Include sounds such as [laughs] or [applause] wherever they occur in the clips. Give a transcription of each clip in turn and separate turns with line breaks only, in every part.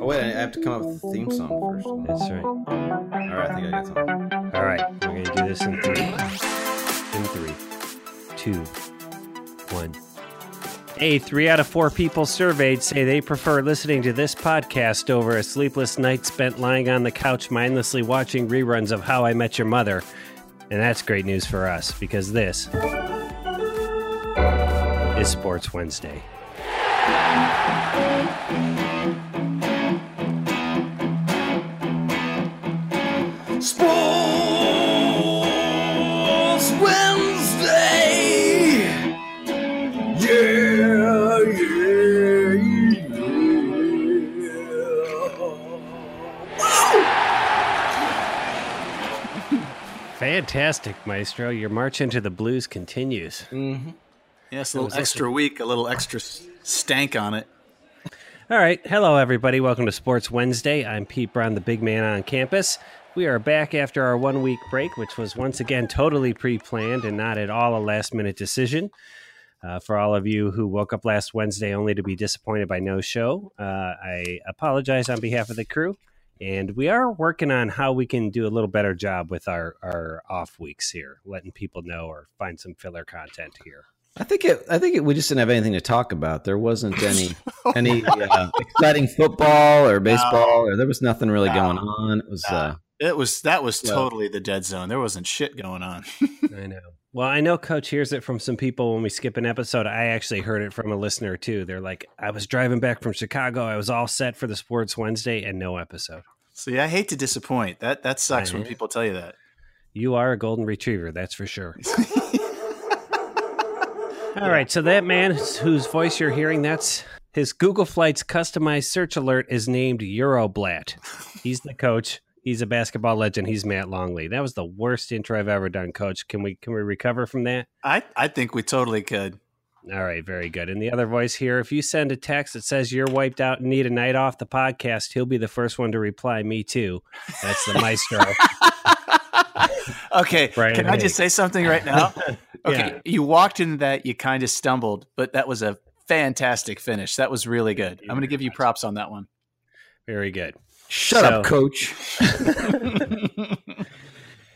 Oh wait, I have to come up with a theme song first. All
That's right. All
right, I think I got something.
right. We're going to do this in three. In three, two, one. Hey, three out of four people surveyed say they prefer listening to this podcast over a sleepless night spent lying on the couch mindlessly watching reruns of How I Met Your Mother. And that's great news for us because this is Sports Wednesday.
Sports Wednesday. Yeah, yeah,
Fantastic, Maestro. Your march into the blues continues.
hmm
Yes, a little extra week, a little extra s- stank on it.
All right. Hello, everybody. Welcome to Sports Wednesday. I'm Pete Brown, the big man on campus. We are back after our one week break, which was once again totally pre planned and not at all a last minute decision. Uh, for all of you who woke up last Wednesday only to be disappointed by no show, uh, I apologize on behalf of the crew. And we are working on how we can do a little better job with our, our off weeks here, letting people know or find some filler content here.
I think it. I think it, we just didn't have anything to talk about. There wasn't [laughs]
[laughs]
any any uh, exciting football or baseball, or there was nothing really
No.
going on. It was.
No.
Uh,
It was that was
Yeah.
totally the dead zone. There wasn't shit going on.
I know. Well, I know Coach hears it from some people when we skip an episode. I actually heard it from a listener too. They're like, I was driving back from Chicago. I was all set for the Sports Wednesday and no episode.
See, I hate to disappoint. That that sucks when people tell you that.
You are a golden retriever, that's for sure. all right. So, that man whose voice you're hearing, that's his Google Flights customized search alert is named Euroblat. He's the coach. He's a basketball legend. He's Matt Longley. That was the worst intro I've ever done, coach. Can we can we recover from that?
I I think we totally could.
All right, very good. And the other voice here, if you send a text that says you're wiped out and need a night off the podcast, he'll be the first one to reply, Me too. That's the maestro.
Okay,
Brian
can I just say something right now? Okay,
[laughs] Yeah.
you walked into that, you kind of stumbled, but that was a fantastic finish. That was really good.
you
I'm going to
very
give you
much.
props on that one.
very good.
Shut up,
So-
coach.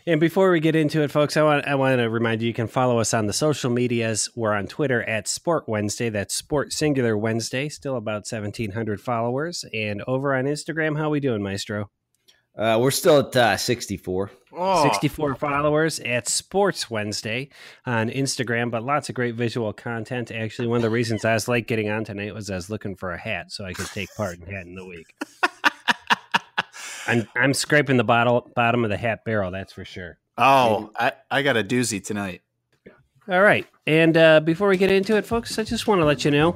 And before we get into it, folks, I want I want to remind you you can follow us on the social medias. We're on Twitter at Sport Wednesday. That's Sport Singular Wednesday. Still about seventeen hundred followers. And over on Instagram, how we doing, Maestro?
Uh, we're still at uh, 64.
Oh,
64 followers at Sports Wednesday on Instagram, but lots of great visual content. Actually, one of the reasons I was late getting on tonight was I was looking for a hat so I could take part in Hat in the Week. I'm, I'm scraping the bottle, bottom of the hat barrel, that's for sure.
oh, I I got a doozy tonight.
All right. And uh, before we get into it, folks, I just want to let you know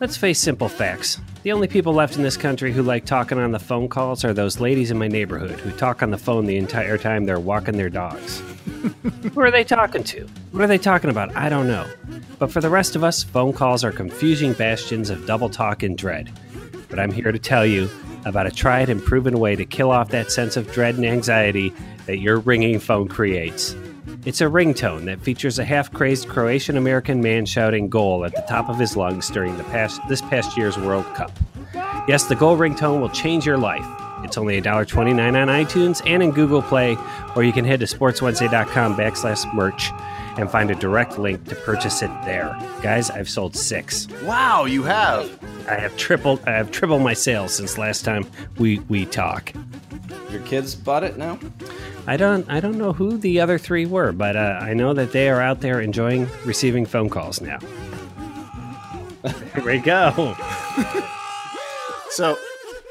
let's face simple facts. The only people left in this country who like talking on the phone calls are those ladies in my neighborhood who talk on the phone the entire time they're walking their dogs. who are they talking to? What are they talking about? I don't know. But for the rest of us, phone calls are confusing bastions of double talk and dread. But I'm here to tell you about a tried and proven way to kill off that sense of dread and anxiety that your ringing phone creates. It's a ringtone that features a half crazed Croatian American man shouting goal at the top of his lungs during the past, this past year's World Cup. Yes, the goal ringtone will change your life. It's only $1.29 on iTunes and in Google Play, or you can head to sportswednesday.com backslash merch and find a direct link to purchase it there. Guys, I've sold six.
Wow, you have.
I have tripled I have tripled my sales since last time we, we talk.
Your kids bought it
[laughs]
now?
I don't I don't know who the other three were, but uh, I know that they are out there enjoying receiving phone calls now. there we go.
So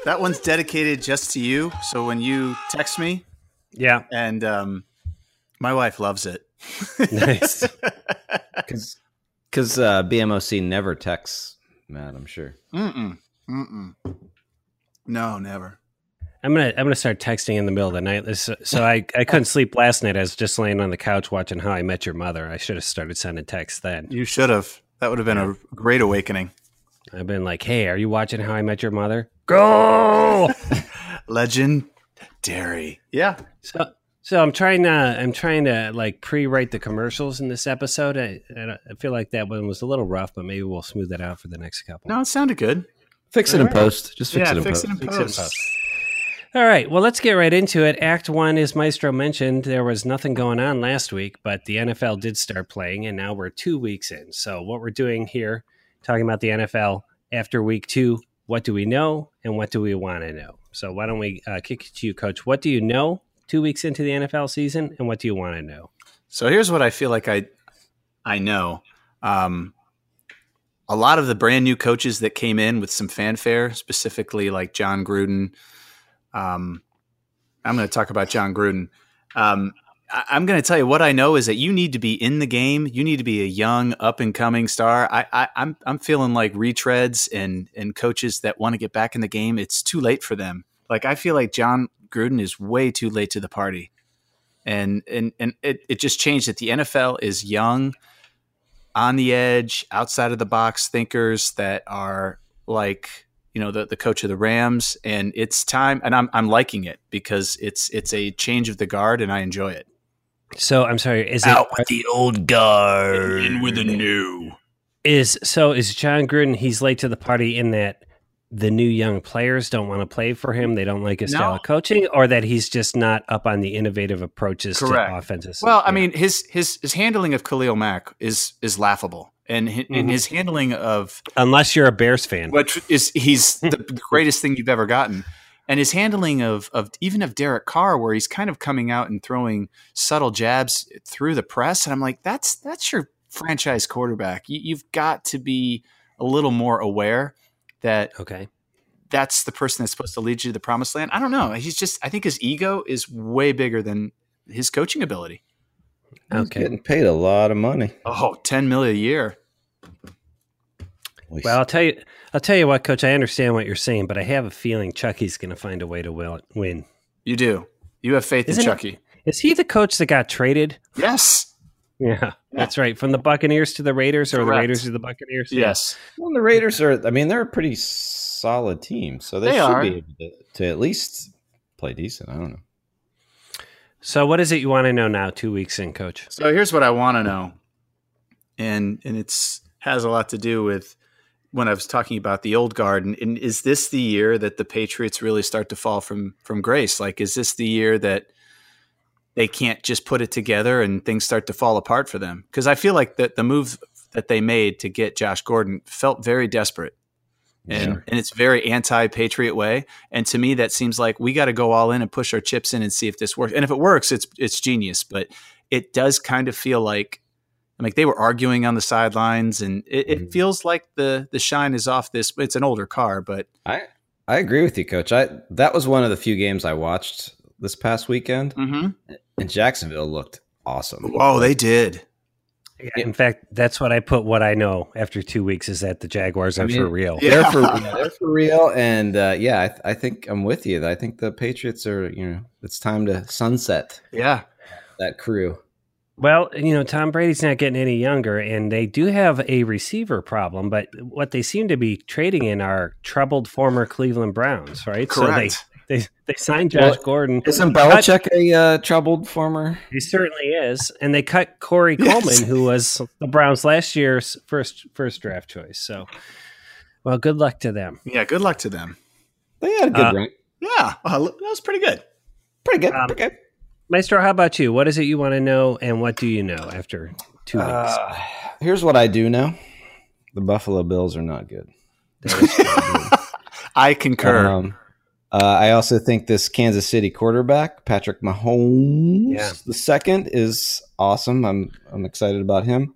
that one's dedicated just to you. So when you text me,
Yeah, [laughs]
and um, my wife loves it.
nice.
Because because uh, BMOC never texts Matt. I'm sure.
Mm-mm. Mm-mm. No, never.
I'm gonna I'm gonna start texting in the middle of the night. This- So, I I couldn't sleep last night. I was just laying on the couch watching How I Met Your Mother. I should have started sending texts then.
You should have. That would have been a great awakening.
I've been like, Hey, are you watching How I Met Your Mother?
[laughs]
Go.
Legend dairy. Yeah.
So, so I'm trying to I'm trying to like pre-write the commercials in this episode. I, I don't- I feel like that one was a little rough, but maybe we'll smooth that out for the next couple.
No, it sounded good.
Fix it in post. Just fix
yeah,
it in
fix
post.
it in post.
Fix it in post.
All right, well, let's get right into it. Act one, as Maestro mentioned, there was nothing going on last week, but the NFL did start playing, and now we're two weeks in. So, what we're doing here, talking about the NFL after week two, what do we know and what do we want to know? So, why don't we uh, kick it to you, Coach? What do you know two weeks into the NFL season, and what do you want to know?
So here's what I feel like I I know. Um, a lot of the brand new coaches that came in with some fanfare, specifically like John Gruden. Um, I'm going to talk about John Gruden. Um, I, I'm going to tell you what I know is that you need to be in the game. You need to be a young, up and coming star. I, I, I'm I'm feeling like retreads and and coaches that want to get back in the game. It's too late for them. Like I feel like John Gruden is way too late to the party and and and it, it just changed that the NFL is young, on the edge, outside of the box thinkers that are like you know the the coach of the Rams, and it's time. And I'm I'm liking it because it's it's a change of the guard, and I enjoy it.
So, I'm sorry, is it
Out with the old guard.
In with the new.
is so is John Gruden? He's late to the party in that the new young players don't want to play for him. They don't like his style
No.
of coaching, or that he's just not up on the innovative approaches
Correct.
to offenses.
Well, I
Yeah.
mean, his his his handling of Khalil Mack is is laughable, and hi- and
Mm-hmm.
Mhm.
his handling of
unless you're a Bears fan,
which is he's the greatest thing you've ever gotten. And his handling of of even of Derek Carr, where he's kind of coming out and throwing subtle jabs through the press, and I'm like, that's that's your franchise quarterback. You, you've got to be a little more aware that
okay,
that's the person that's supposed to lead you to the promised land. I don't know. He's just, I think his ego is way bigger than his coaching ability.
He's
okay.
Getting paid a lot of money.
Oh, 10 mil a year.
Well, I'll tell you, I'll tell you what, Coach. I understand what you're saying, but I have a feeling Chucky's going to find a way to will- win.
You do. You have faith
Isn't it-
in Chucky.
Is he the coach that got traded?
Yes.
Yeah, [laughs] that's right. From the Buccaneers to the Raiders, or the
Correct.
Raiders to the Buccaneers.
Yes.
Well, the Raiders are. I mean, they're a pretty solid team, so they,
They
should
are.
be able to, to at least play decent. I don't know.
So, what is it you want to know now? Two weeks in, Coach.
So here's what I want to know, and and it's has a lot to do with when I was talking about the old guard. And, and is this the year that the Patriots really start to fall from from grace? Like, is this the year that they can't just put it together and things start to fall apart for them? Because I feel like that the move that they made to get Josh Gordon felt very desperate. And,
Sure.
and it's very anti-patriot way and to me that seems like we got to go all in and push our chips in and see if this works and if it works it's it's genius but it does kind of feel like like they were arguing on the sidelines and it, it
Mhm.
feels like the the shine is off this it's an older car but
I I agree with you, Coach. I that was one of the few games I watched this past weekend, and Jacksonville looked awesome.
oh they did
In fact, that's what I put. What I know after two weeks is that the Jaguars are
I mean,
for real.
yeah.
They're for yeah, [laughs] they're for real, and uh, yeah, I, th- I think I'm with you. I think the Patriots are. You know, it's time to sunset
yeah
that crew.
Well, you know, Tom Brady's not getting any younger, and they do have a receiver problem, but what they seem to be trading in are troubled former Cleveland Browns, right?
correct
So they, they, they signed Josh
Well,
Gordon.
Isn't Belichick a uh, troubled former?
He certainly is. And they cut Corey
Yes.
Coleman, who was the Browns last year's first first draft choice. So, well, good luck to them.
yeah good luck to them
They had a good
Uh,
run.
yeah well, that was pretty good
Pretty good.
um,
pretty good.
Maestro, how about you? What is it you want to know, and what do you know after two weeks?
Uh, here's what I do know: the Buffalo Bills are not good.
[laughs] i concur
Um, uh, I also think this Kansas City quarterback, Patrick Mahomes,
Yeah.
the second, is awesome. I'm I'm excited about him.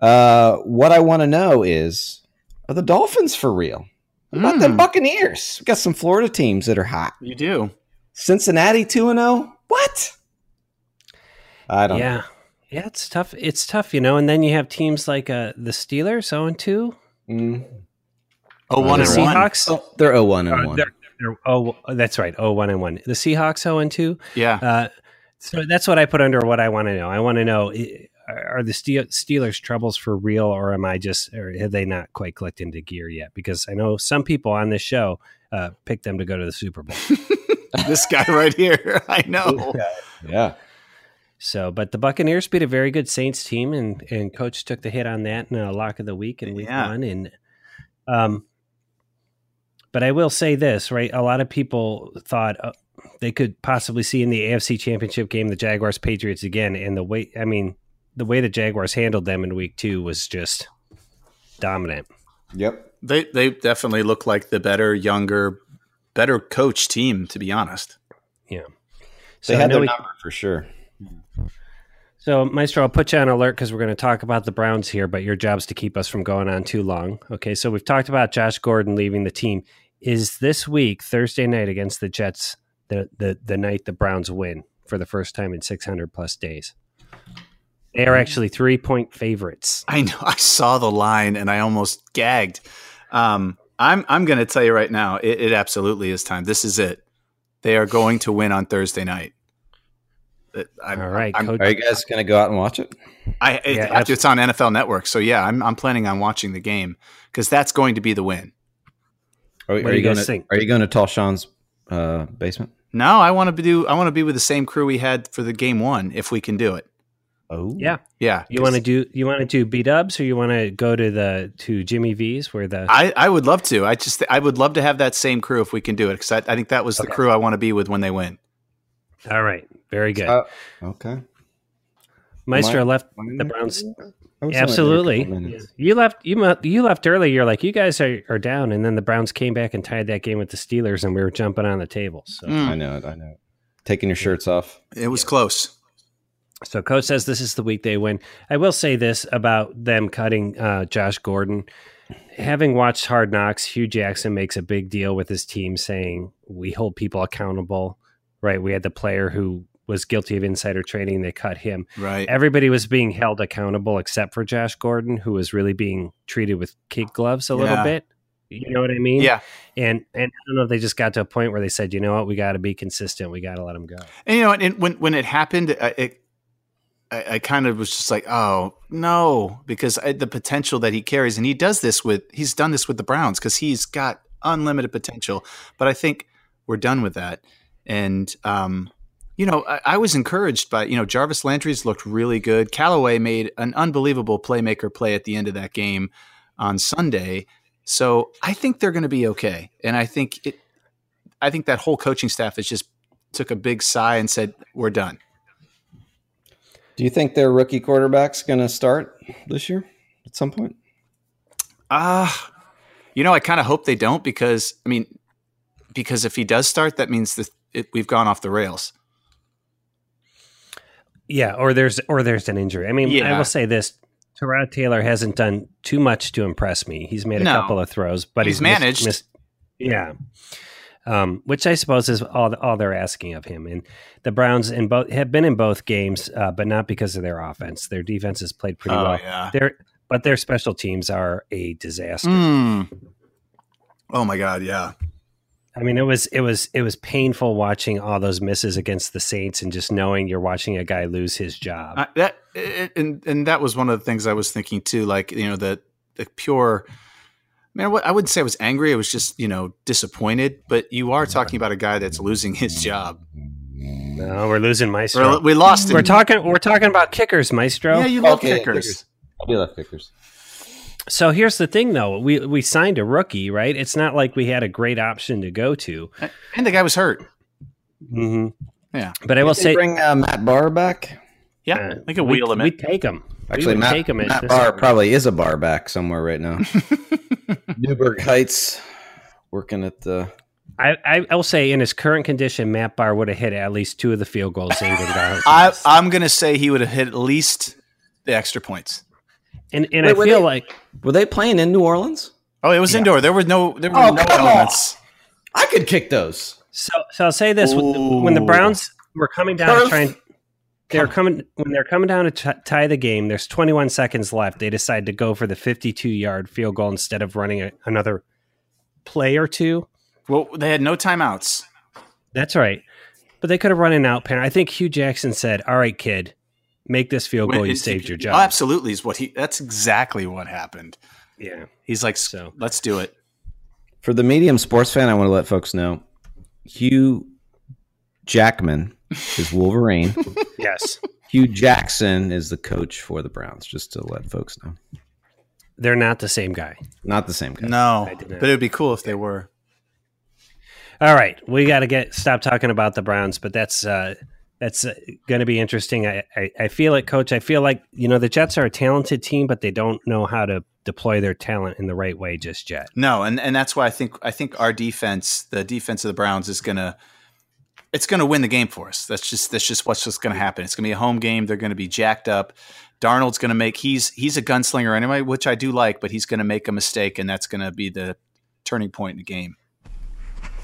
Uh, what I want to know is, are the Dolphins for real? What about them
Hmm.
Mm.
Buccaneers? We got some Florida teams that are hot.
you do
Cincinnati two and zero. What? I don't. know.
yeah. Yeah, it's tough. It's tough, you know. And then you have teams like uh, the Steelers, 0 and 2,
Mm.
oh
Uh,
one
the
and one
Seahawks.
Oh, they're 0 1 and
uh,
1.
they're- they're- oh, that's right. Oh, one and one. The Seahawks, oh and two.
yeah [laughs]
Uh, so that's what I put under what I want to know. I want to know i- are the Ste- Steelers troubles for real, or am I just, or have they not quite clicked into gear yet? Because I know some people on this show uh, picked them to go to the Super Bowl.
this guy right here [laughs] i know
Yeah.
So, but the Buccaneers beat a very good Saints team, and and coach took the hit on that in a lock of the week in week
Yeah.
one, and um, But I will say this, right? A lot of people thought uh, they could possibly see in the AFC Championship game the Jaguars Patriots again, and the way I mean, the way the Jaguars handled them in Week Two was just dominant.
Yep.
They they definitely look like the better, younger, better coach team. To be honest,
They
I
had
know
their
we-
number for sure.
So, Maestro, I'll put you on alert because we're going to talk about the Browns here, but your job's to keep us from going on too long. Okay, so we've talked about Josh Gordon leaving the team. Is this week, Thursday night against the Jets, the, the, the night the Browns win for the first time in 600 plus days? They are actually three point favorites.
I know [laughs] I saw the line and I almost gagged. Um, I'm I'm going to tell you right now, it, it absolutely is time. This is it. They are going to win on Thursday night. It- I'm-
All right,
I'm-
Coach.
Are you guys gonna go out and watch it?
I, it-
Uh, Yeah,
after it's on NFL Network, so yeah, I'm I'm planning on watching the game because that's going to be the win.
Are,
What
are
do
you
you guys
gonna,
think?
Are you going to Tall Sean's uh, basement?
No, I want to do. I want to be with the same crew we had for the game one, if we can do it.
Oh,
Yeah.
Yeah,
You want to do you want to do B Dubs or you want to go to the to Jimmy V's where the
I, I would love to. I just I would love to have that same crew if we can do it because I, I think that was the
Okay.
crew I want to be with when they win.
all right very good
Uh, Okay.
Maestro
my-
left the Browns Absolutely. You left you mu- you left early. You're like you guys are, are down, and then the Browns came back and tied that game with the Steelers, and we were jumping on the table. So,
Mm,
I know it. I know it. Taking your shirts off.
it was close.
so coach says this is the week they win. I will say this about them cutting uh, Josh Gordon. Having watched Hard Knocks, Hugh Jackson makes a big deal with his team, saying we hold people accountable. Right? We had the player who was guilty of insider trading. They cut him.
Right.
everybody was being held accountable except for Josh Gordon, who was really being treated with kid gloves a
Yeah.
little bit. You know what I mean?
Yeah.
And and I don't know if they just got to a point where they said, you know what, we got to be consistent. We got to let him go.
And you know, and, and when when it happened, I, it I, I kind of was just like, oh no, because I, the potential that he carries, and he does this with he's done this with the Browns because he's got unlimited potential. But I think we're done with that, and um, you know, I, I was encouraged by you know Jarvis Landry's looked really good. Callaway made an unbelievable playmaker play at the end of that game on Sunday, so I think they're going to be okay, and I think it. I think that whole coaching staff is just took a big sigh and said, "We're done."
Do you think their rookie quarterback's going to start this year at some point?
Ah, you know, I kind of hope they don't because I mean, because if he does start, that means that it, we've gone off the rails.
Yeah, or there's or there's an injury. I mean, I
Yeah.
will say this: Terod Taylor hasn't done too much to impress me. He's made a
No.
couple of throws, but
He's
he's, missed-
managed.
missed- yeah, um, which I suppose is all all they're asking of him. And the Browns in both have been in both games, uh, but not because of their offense. Their defense has played pretty well.
Oh, yeah.
Their but their special teams are a disaster.
Mm. Oh my God, yeah.
I mean, it was it was it was painful watching all those misses against the Saints, and just knowing you're watching a guy lose his job.
I, that it, and and that was one of the things I was thinking too. Like you know the the pure. Man, what, I wouldn't say I was angry. I was just, you know, disappointed. But you are talking about a guy that's losing his job.
no, we're losing Maestro.
We're- we lost
We're
him.
talking. We're talking about kickers, Maestro.
Yeah, you love
Okay,
kickers.
kickers. I'll be left kickers.
So here's the thing, though. We we signed a rookie, right? It's not like we had a great option to go to.
And the guy was hurt.
Mm-hmm.
Yeah.
But I will say,
bring uh, Matt Barr back.
Yeah,
uh,
like a
we-
wheel of
We take him.
Actually,
would
Matt,
take him at
Matt
this
Barr
point.
probably is a bar back somewhere right
[laughs]
now. Newburgh Heights, working at the.
I, I I will say, in his current condition, Matt Barr would have hit at least two of the field goals. England got.
I, I'm going to say he would have hit at least the extra points.
and and
Wait,
I
were
feel
they-
like
Were they playing in New Orleans?
Oh, it was indoor. There was no there were
Oh,
no
come on.
elements.
I could kick those.
so. So I'll say this: when the, when the
Ooh.
Browns were coming down,
Turf.
to try and they're coming when they're coming down to t- tie the game. There's 21 seconds left. They decide to go for the 52 yard field goal instead of running a, another play or two.
Well, they had no timeouts.
That's right. But they could have run an out pair. I think Hugh Jackson said, "All right, kid, make this field goal.
When-
You
it-
saved your
oh,
job."
absolutely is what he. That's exactly what happened.
Yeah.
He's like,
So-
let's do it.
For the medium sports fan, I want to let folks know Hugh Jackman is
[laughs]
Wolverine.
Yes.
Hugh Jackson is the coach for the Browns, just to let folks know.
They're not the same guy.
Not the same guy.
No,
I did not.
but it would be cool if they were.
All right, we got to get stop talking about the Browns, but that's uh, that's uh, going to be interesting. I, I I feel it, Coach. I feel like you know the Jets are a talented team, but they don't know how to deploy their talent in the right way just yet.
No, and, and that's why I think I think our defense, the defense of the Browns, is gonna it's gonna win the game for us. That's just that's just what's just gonna happen. It's gonna be a home game. They're gonna be jacked up. Darnold's gonna make he's he's a gunslinger anyway, which I do like, but he's gonna make a mistake, and that's gonna be the turning point in the game.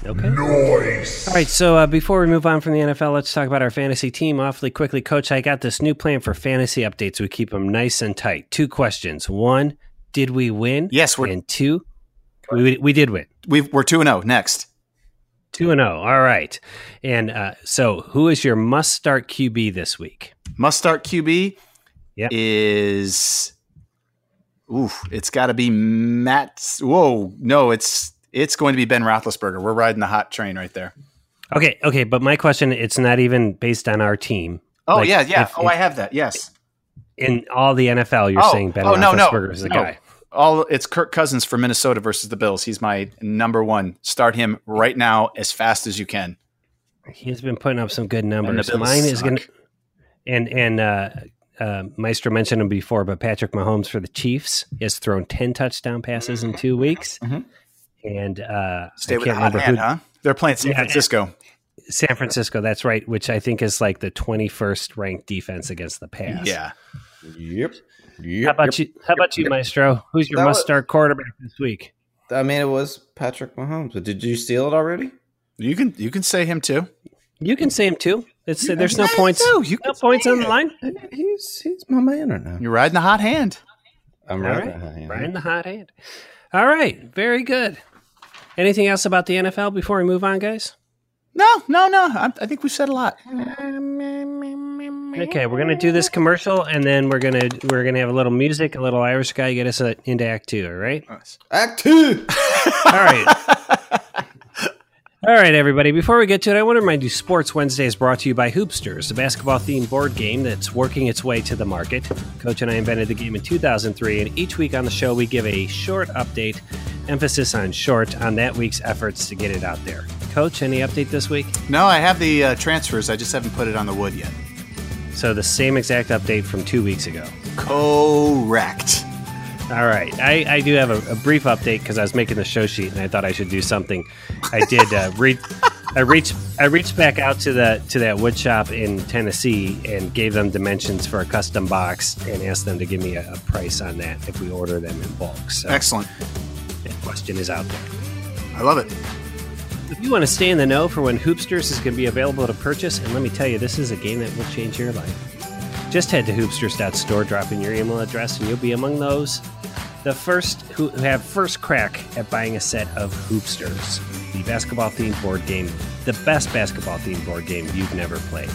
Okay. All right. So uh, before we move on from the NFL, let's talk about our fantasy team awfully quickly. Coach, I got this new plan for fantasy updates. We keep them nice and tight. Two questions. One, did we win?
Yes, we're
And two, we, we did win.
we've, we're two and zero. Next,
2 and 0. All right. And uh, so who is your must start QB this week?
must start QB
Yep.
is oof, it's got to be Matt. Whoa, no, it's it's going to be Ben Roethlisberger. We're riding the hot train right there.
Okay. Okay. But my question, it's not even based on our team.
Oh
Like,
yeah, yeah.
if-
oh, I have that. Yes.
In all the NFL, you're
Oh,
saying Ben
oh, no, no,
Roethlisberger is the
no.
guy.
All it's Kirk Cousins for Minnesota versus the Bills. He's my number one. Start him right now as fast as you can.
He has been putting up some good
And the
numbers.
Bills
Mine is
suck.
going to, and and uh, uh, Maestro mentioned him before, but Patrick Mahomes for the Chiefs he has thrown ten touchdown passes in two weeks,
Mhm.
and uh,
Stay
I
with a
can't
hot
remember
hand,
who
huh? They're playing San
Yeah.
Francisco.
San Francisco. That's right, which I think is like the twenty first ranked defense against the pass.
Yeah.
Yep.
How
Yep.
about you? How about you, Maestro? Who's your
That
must
was-
start quarterback this week?
I mean, it was Patrick Mahomes, but did you steal it already?
You can you can say him too.
You can say him too. It's there's no points.
No, you
No
can
points
say
on the
it.
line.
Uh, He's he's my man right now.
You're riding the hot hand.
I'm
All
right.
right, Brian the hot hand. All right, very good. Anything else about the NFL before we move on, guys?
No, no, no. I, I think we've said a lot.
Okay, we're gonna do this commercial, and then we're gonna we're gonna have a little music, a little Irish guy get us uh into Act Two. All right.
Act two.
All right. All right, everybody. Before we get to it, I want to remind you Sports Wednesday is brought to you by Hoopsters, a basketball themed board game that's working its way to the market. Coach and I invented the game in 2003, and each week on the show, we give a short update, emphasis on short, on that week's efforts to get it out there. Coach, any update this week?
No, I have the uh, transfers. I just haven't put it on the wood yet.
So, the same exact update from two weeks ago.
Correct.
All right. I, I do have a, a brief update because I was making the show sheet and I thought I should do something. I did uh, reach. I reached. I reached back out to the to that wood shop in Tennessee and gave them dimensions for a custom box and asked them to give me a, a price on that if we order them in bulk. So
Excellent.
that question is out there.
I love it.
If you want to stay in the know for when Hoopsters is going to be available to purchase, and let me tell you, this is a game that will change your life. Just head to hoopsters.store, drop in your email address, and you'll be among those the first who who have first crack at buying a set of Hoopsters, the basketball themed board game, the best basketball themed board game you've never played.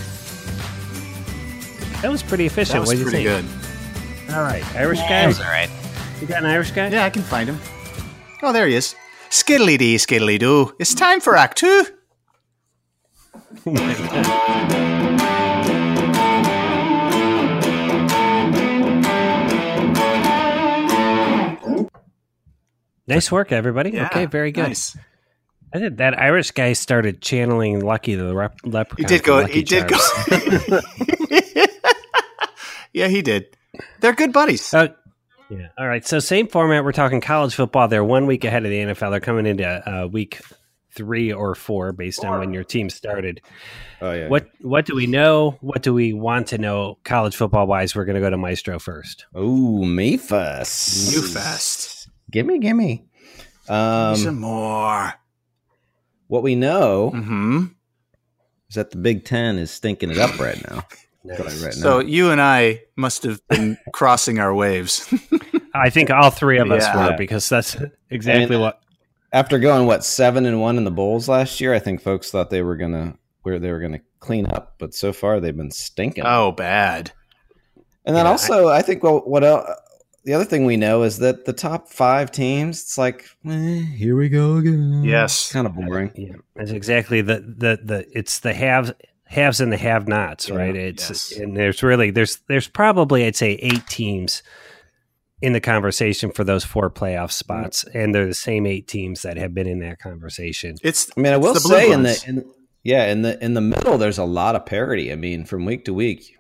That was pretty efficient.
That was
what do you
pretty
think?
good.
All right, Irish
That was
guy.
all right.
You got an Irish guy?
Yeah, I can find him. Oh, there he is. Skiddly dee, skiddly doo. It's time for Act Two.
Nice work, everybody. okay, very good.
Nice.
I think that Irish guy started channeling Lucky the Lep- Leprechaun.
He
from
did go.
Lucky
He did [laughs]
Charms.
go. [laughs] yeah, he did. They're good buddies.
Uh, yeah. All right. So same format. We're talking college football. They're one week ahead of the NFL. They're coming into uh, week three or four based on when your team started.
[laughs] Oh yeah.
What What do we know? What do we want to know? College football wise, we're going to go to Maestro first.
Ooh, me first.
You fast.
Gimme, gimme. Um,
Some more.
what we know
Mm-hmm.
is that the Big Ten is stinking it up right
[laughs]
now. Right now.
So you and I must have been
[laughs]
crossing our waves.
I think all three of us
Yeah. uh,
were because that's [laughs] exactly
And-
what.
after going what seven and one in the bowls last year, I think folks thought they were gonna where they were gonna clean up, but so far they've been stinking.
[laughs] oh, bad.
and then
yeah,
also, I, think well, what el the other thing we know is that the top five teams, it's like eh, here we go again.
Yes.
kind of boring.
Yeah, it's exactly the the the it's the haves haves and the have nots,
Yeah.
right? It's
Yes.
and there's really there's there's probably I'd say eight teams in the conversation for those four
Mm-hmm.
playoff spots, and they're the same eight teams that have been in that conversation.
It's
I mean, I will
the blue
say in the
ones.
in, yeah in the in the middle, there's a lot of parity. I mean, from week to week,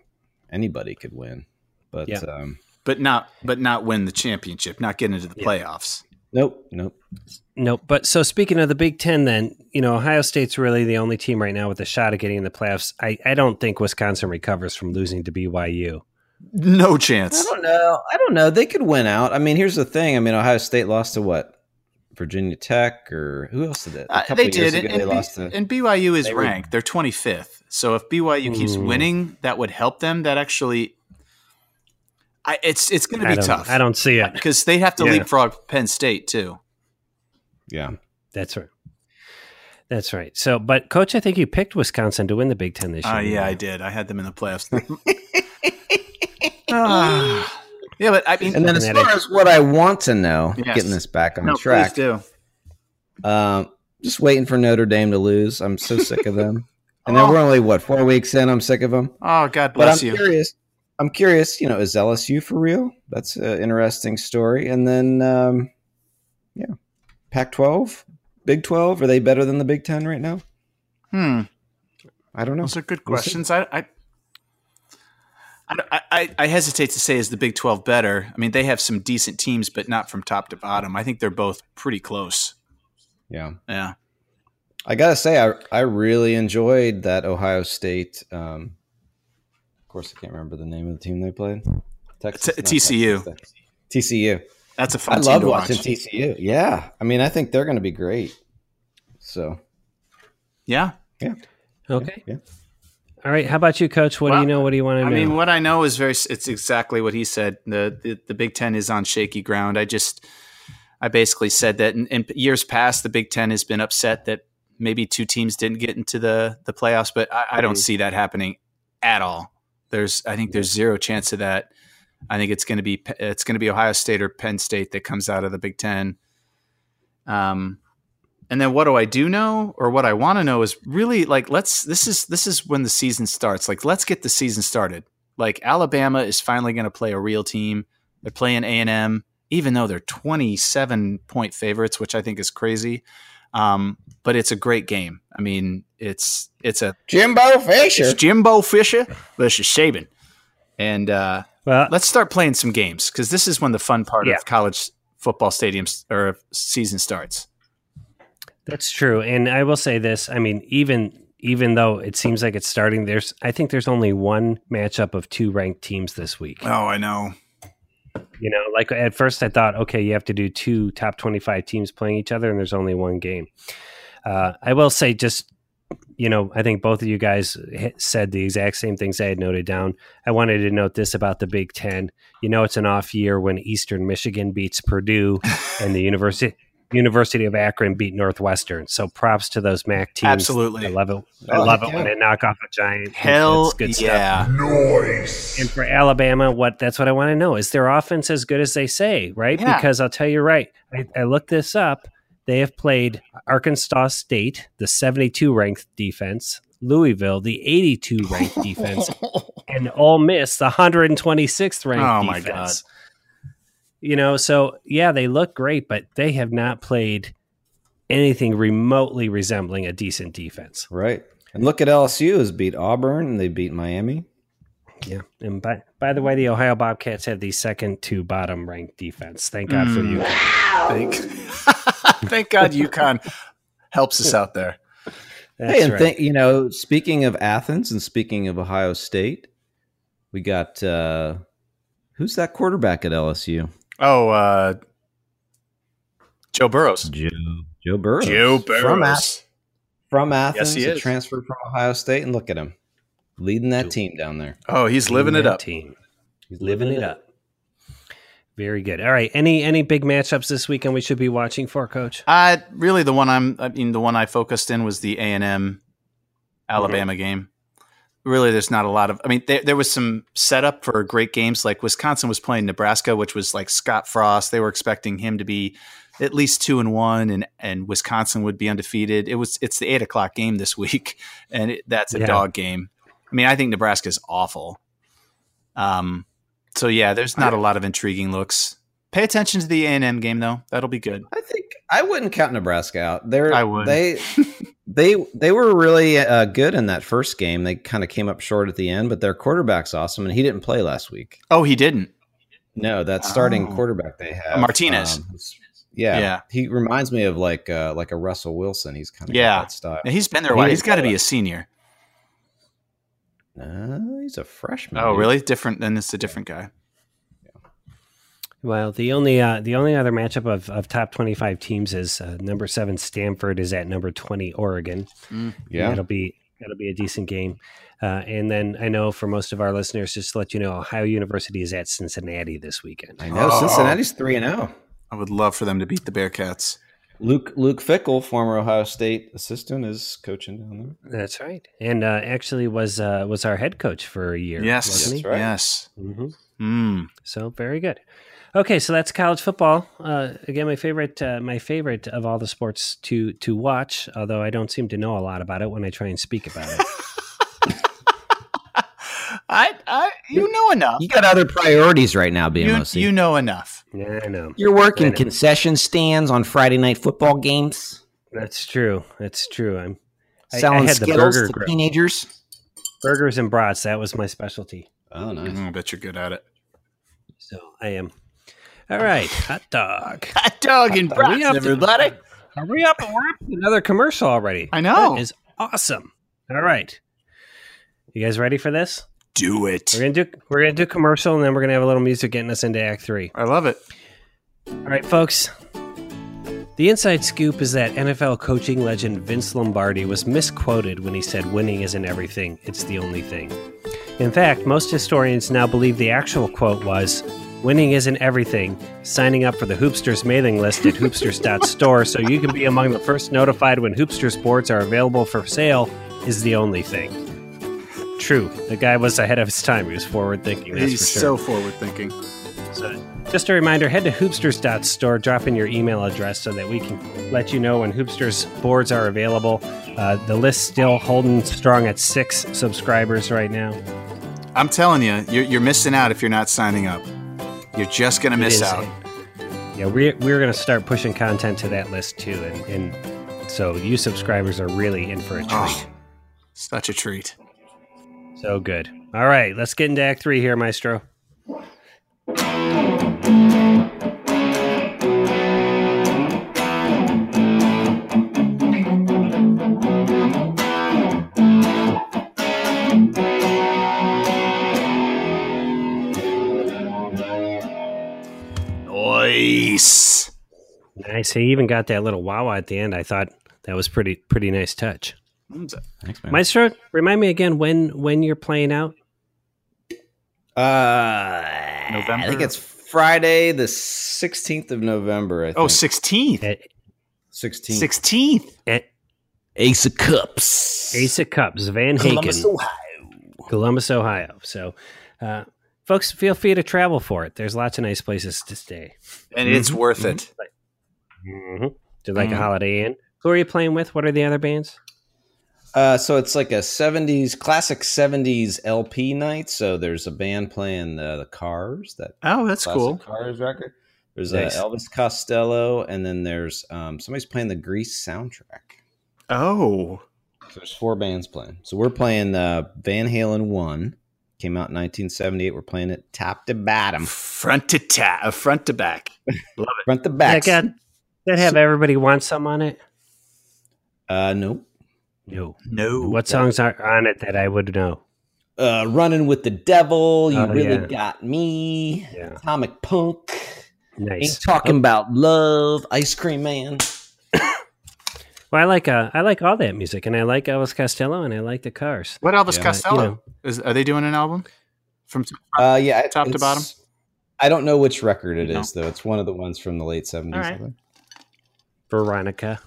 anybody could win, but
Yeah.
um,
but not but not win the championship, not get into the
Yeah.
playoffs.
nope, nope.
Nope. But so speaking of the Big Ten, then you know Ohio State's really the only team right now with a shot at getting in the playoffs. I, I don't think Wisconsin recovers from losing to BYU.
No
I
chance.
don't know. I don't know. They could win out. I mean, here's the thing. I mean, Ohio State lost to what? Virginia Tech or who else did that?
Uh, they did, and,
ago, they
and B-
lost to.
and BYU is
they were- Hmm.
ranked. They're 25th. So if BYU keeps
Ooh.
winning, that would help them. That actually, I, it's it's going to
I
be
don't,
tough
I don't see it.
because they have to
Yeah.
leapfrog Penn State too.
yeah,
That's right. That's right. So, but coach, I think you picked Wisconsin to win the Big Ten this year.
Uh, yeah, I did. I had them in
[laughs]
the playoffs. Ah. yeah, but I mean,
[laughs] and then as
Fanatic.
far as what I want to know,
Yes.
getting this back on
no, please
track.
do.
Um, just waiting for Notre Dame to lose. I'm so sick of
[laughs]
them. And then
Oh.
we're only what four weeks in. I'm sick of them.
Oh, God
But
bless
I'm
you.
curious. I'm curious. You know, is LSU for real? That's an interesting story. And then, um, yeah, Pac-12, Big 12. Are they better than the Big Ten right now? [laughs]
Hmm.
I don't know.
Those are good
We'll see.
questions. I, I, I, I, I hesitate to say is the Big Twelve better. I mean, they have some decent teams, but not from top to bottom. I think they're both pretty close.
Yeah,
Yeah,
I gotta say, I I really enjoyed that Ohio State. Um, of course, I can't remember the name of the team they played. Texas,
T-
not
TCU.
Texas. TCU.
that's a fun.
I
team
love
to watch.
watching TCU. Yeah, I mean, I think they're going to be great. So
Yeah,
Okay.
Yeah.
All right. How about you, coach? What do
Well,
you know? What do you want to
I
know?
mean, what I know is very. It's exactly what he said. The, the The Big Ten is on shaky ground. I just, I basically said that in, in years past, the Big Ten has been upset that maybe two teams didn't get into the the playoffs, but I, I don't
Mm-hmm.
see that happening at all. There's, I think, there's zero chance of that. I think it's going to be it's going to be Ohio State or Penn State that comes out of the Big Ten. Um, and then what do I do know, or what I want to know is really like let's this is this is when the season starts. Like let's get the season started. Like Alabama is finally going to play a real team. They're playing A and M, even though they're twenty seven point favorites, which I think is crazy. Um, but it's a great game. I mean, it's it's a
Jimbo Fisher.
it's Jimbo Fisher versus Saban, and uh,
well,
let's start playing some games because this is when the fun part
Yeah.
of college football stadiums or season starts.
That's true, and I will say this. I mean, even even though it seems like it's starting, there's I think there's only one matchup of two ranked teams this week.
Oh, I know.
You know, like at first I thought, okay, you have to do two top twenty five teams playing each other, and there's only one game. Uh, I will say, just you know, I think both of you guys hit- said the exact same things I had noted down. I wanted to note this about the Big Ten. You know, it's an off year when Eastern Michigan beats
[laughs]
Purdue and the University University of Akron beat Northwestern. So props to those MAC teams.
Absolutely.
I love it. I
Oh,
love it
heck
when
yeah.
they knock off a giant.
Hell
It's good stuff.
yeah. [laughs]
And for Alabama, what that's what I want to know is their offense as good as they say, right?
Yeah.
Because I'll tell you right, I, I looked this up. They have played Arkansas State, the 72 ranked defense, Louisville, the 82
[laughs]
ranked defense, and Ole Miss, the 126th ranked
Oh, my
defense. You know, so yeah, they look great, but they have not played anything remotely resembling a decent defense.
Right. And look at LSU has beat Auburn and they beat Miami.
Yeah, and by by the way, the Ohio Bobcats have the second to bottom ranked defense. Thank God for
Mm.
you.
Thank, [laughs] thank God UConn helps us out there.
That's
hey, and
right.
think you know, speaking of Athens and speaking of Ohio State, we got uh who's that quarterback at LSU?
Oh, uh, Joe Burrows.
Joe Joe Burrow. From, Ath-
Burrows.
from Athens,
he
a
is.
transfer from Ohio State, and look at him. Leading that team down there.
Oh, he's living it
That
up.
Team living it up. Very good. All right. Any any big matchups this weekend we should be watching for, Coach?
Uh, really, the one I'm. I mean, the one I focused in was the A and M, Alabama game. Really, there's not a lot of. I mean, there, there was some setup for great games. Like Wisconsin was playing Nebraska, which was like Scott Frost. They were expecting him to be at least two and one, and and Wisconsin would be undefeated. It was. It's the eight o'clock game this [laughs] week, and it, that's a
Yeah.
dog game. I mean, I think Nebraska's awful. Um. So yeah, there's not a lot of intriguing looks. Pay attention to the A and M game though; that'll be good.
I think I wouldn't count Nebraska out. They're
I would.
they they they were really uh, good in that first game. They kind of came up short at the end, but their quarterback's awesome, and he didn't play last week.
Oh, he didn't.
No, that starting
Oh.
quarterback they have
Martinez.
um, yeah,
Yeah.
he reminds me of like uh, like a Russell Wilson. He's kind of
Yeah.
that style.
Now, he's been there a
He
while.
didn't
He's got to
play
be a senior.
No, he's a freshman.
Oh,
dude.
really? Different. Then it's a different guy.
Well, the only uh, the only other matchup of, of top twenty five teams is uh, number seven Stanford is at number twenty Oregon.
Yeah,
that'll be that'll be a decent game. Uh, and then I know for most of our listeners, just to let you know, Ohio University is at Cincinnati this weekend.
I know.
Oh.
Cincinnati's three and zero.
I would love for them to beat the Bearcats.
Luke Luke Fickle, former Ohio State assistant, is coaching down there.
That's right, and uh, actually was uh, was our head coach for a year.
Yes.
wasn't he?
That's right.
Yes.
Mhm.
Mm.
So very good. Okay, so that's college football. Uh, again, my favorite, uh, my favorite of all the sports to to watch. Although I don't seem to know a lot about it when I try and speak about it.
I, I, you know enough.
got other priorities right now,
You, you know enough.
yeah, I know
You're
I
working
know.
concession stands on Friday night football games,
that's true. That's true. I'm I- I
selling
had the
Skittles
burger
to
grill.
teenagers.
burgers and brats. That was my specialty.
Oh, nice.
Mm, I bet you're good at it.
So I am. All right, hot dog.
Hot dog and
dog. We
brats,
have to-
everybody.
Hurry up! We're up to another commercial already.
I know.
that is awesome. All right, you guys ready for this?
Do it.
We're gonna do we're gonna do commercial, and then we're gonna have a little music getting us into Act Three.
I love it.
All right, folks. The inside scoop is that NFL coaching legend Vince Lombardi was misquoted when he said winning isn't everything, it's the only thing. In fact, most historians now believe the actual quote was winning isn't everything. Signing up for the Hoopsters mailing list at hoopsters.store so you can be among the first notified when Hoopsters boards are available for sale is the only thing. True, the guy was ahead of his time. He was forward thinking. That's
He's
for sure.
so forward thinking.
So, just a reminder head to hoopsters.store, drop in your email address so that we can let you know when Hoopsters boards are available. Uh, the list's still holding strong at six subscribers right now.
I'm telling you, you're, you're missing out if you're not signing up. You're just gonna miss
It is-
out.
Yeah, we're, we're going to start pushing content to that list too. And, and so, you subscribers are really in for a treat.
Oh, such a treat.
So good. All right, let's get into Act Three here, Maestro.
Nice.
Nice. He even got that little wow at the end. I thought that was pretty pretty nice touch.
Thanks, man.
Maestro, remind me again when when you're playing out.
Uh, I
November.
think it's Friday, the 16th of November. I think.
Oh, 16th.
At,
16th.
16th.
at
Ace of Cups.
Ace of Cups, Van
Columbus,
Haken,
Ohio.
Columbus, Ohio. So, uh, folks, feel free to travel for it. There's lots of nice places to stay.
And it's worth it.
Mm-hmm. Do like
Mhm.
a Holiday Inn. Who are you playing with? What are the other bands?
Uh, so it's like a 70s, classic 70s LP night. So there's a band playing uh, the Cars, that
Oh, that's
classic
cool.
Cars record. There's
Nice.
uh, Elvis Costello, and then there's um, somebody's playing the Grease soundtrack.
Oh.
So there's four bands playing. So we're playing uh, Van Halen one, came out in 1978. We're playing it top to bottom,
Front to ta- uh, front to back.
front to back.
That got that have everybody want some on it?
Uh, nope.
No.
No.
What songs are on it that I would know?
Uh, running with the devil. You
Oh,
really
yeah.
got me.
Yeah.
Atomic punk. Ain't
Nice. Oh.
talking about love. Ice cream man.
Well, I like uh, I like all that music, and I like Elvis Costello, and I like the Cars.
What Elvis
Yeah.
Costello?
You know.
Is, are they doing an album? From
Uh, yeah. it-
Top to
it's-
bottom?
I don't know which record it is
No.
though. It's one of the ones from the late 70s.
All
I
right.
think.
Veronica.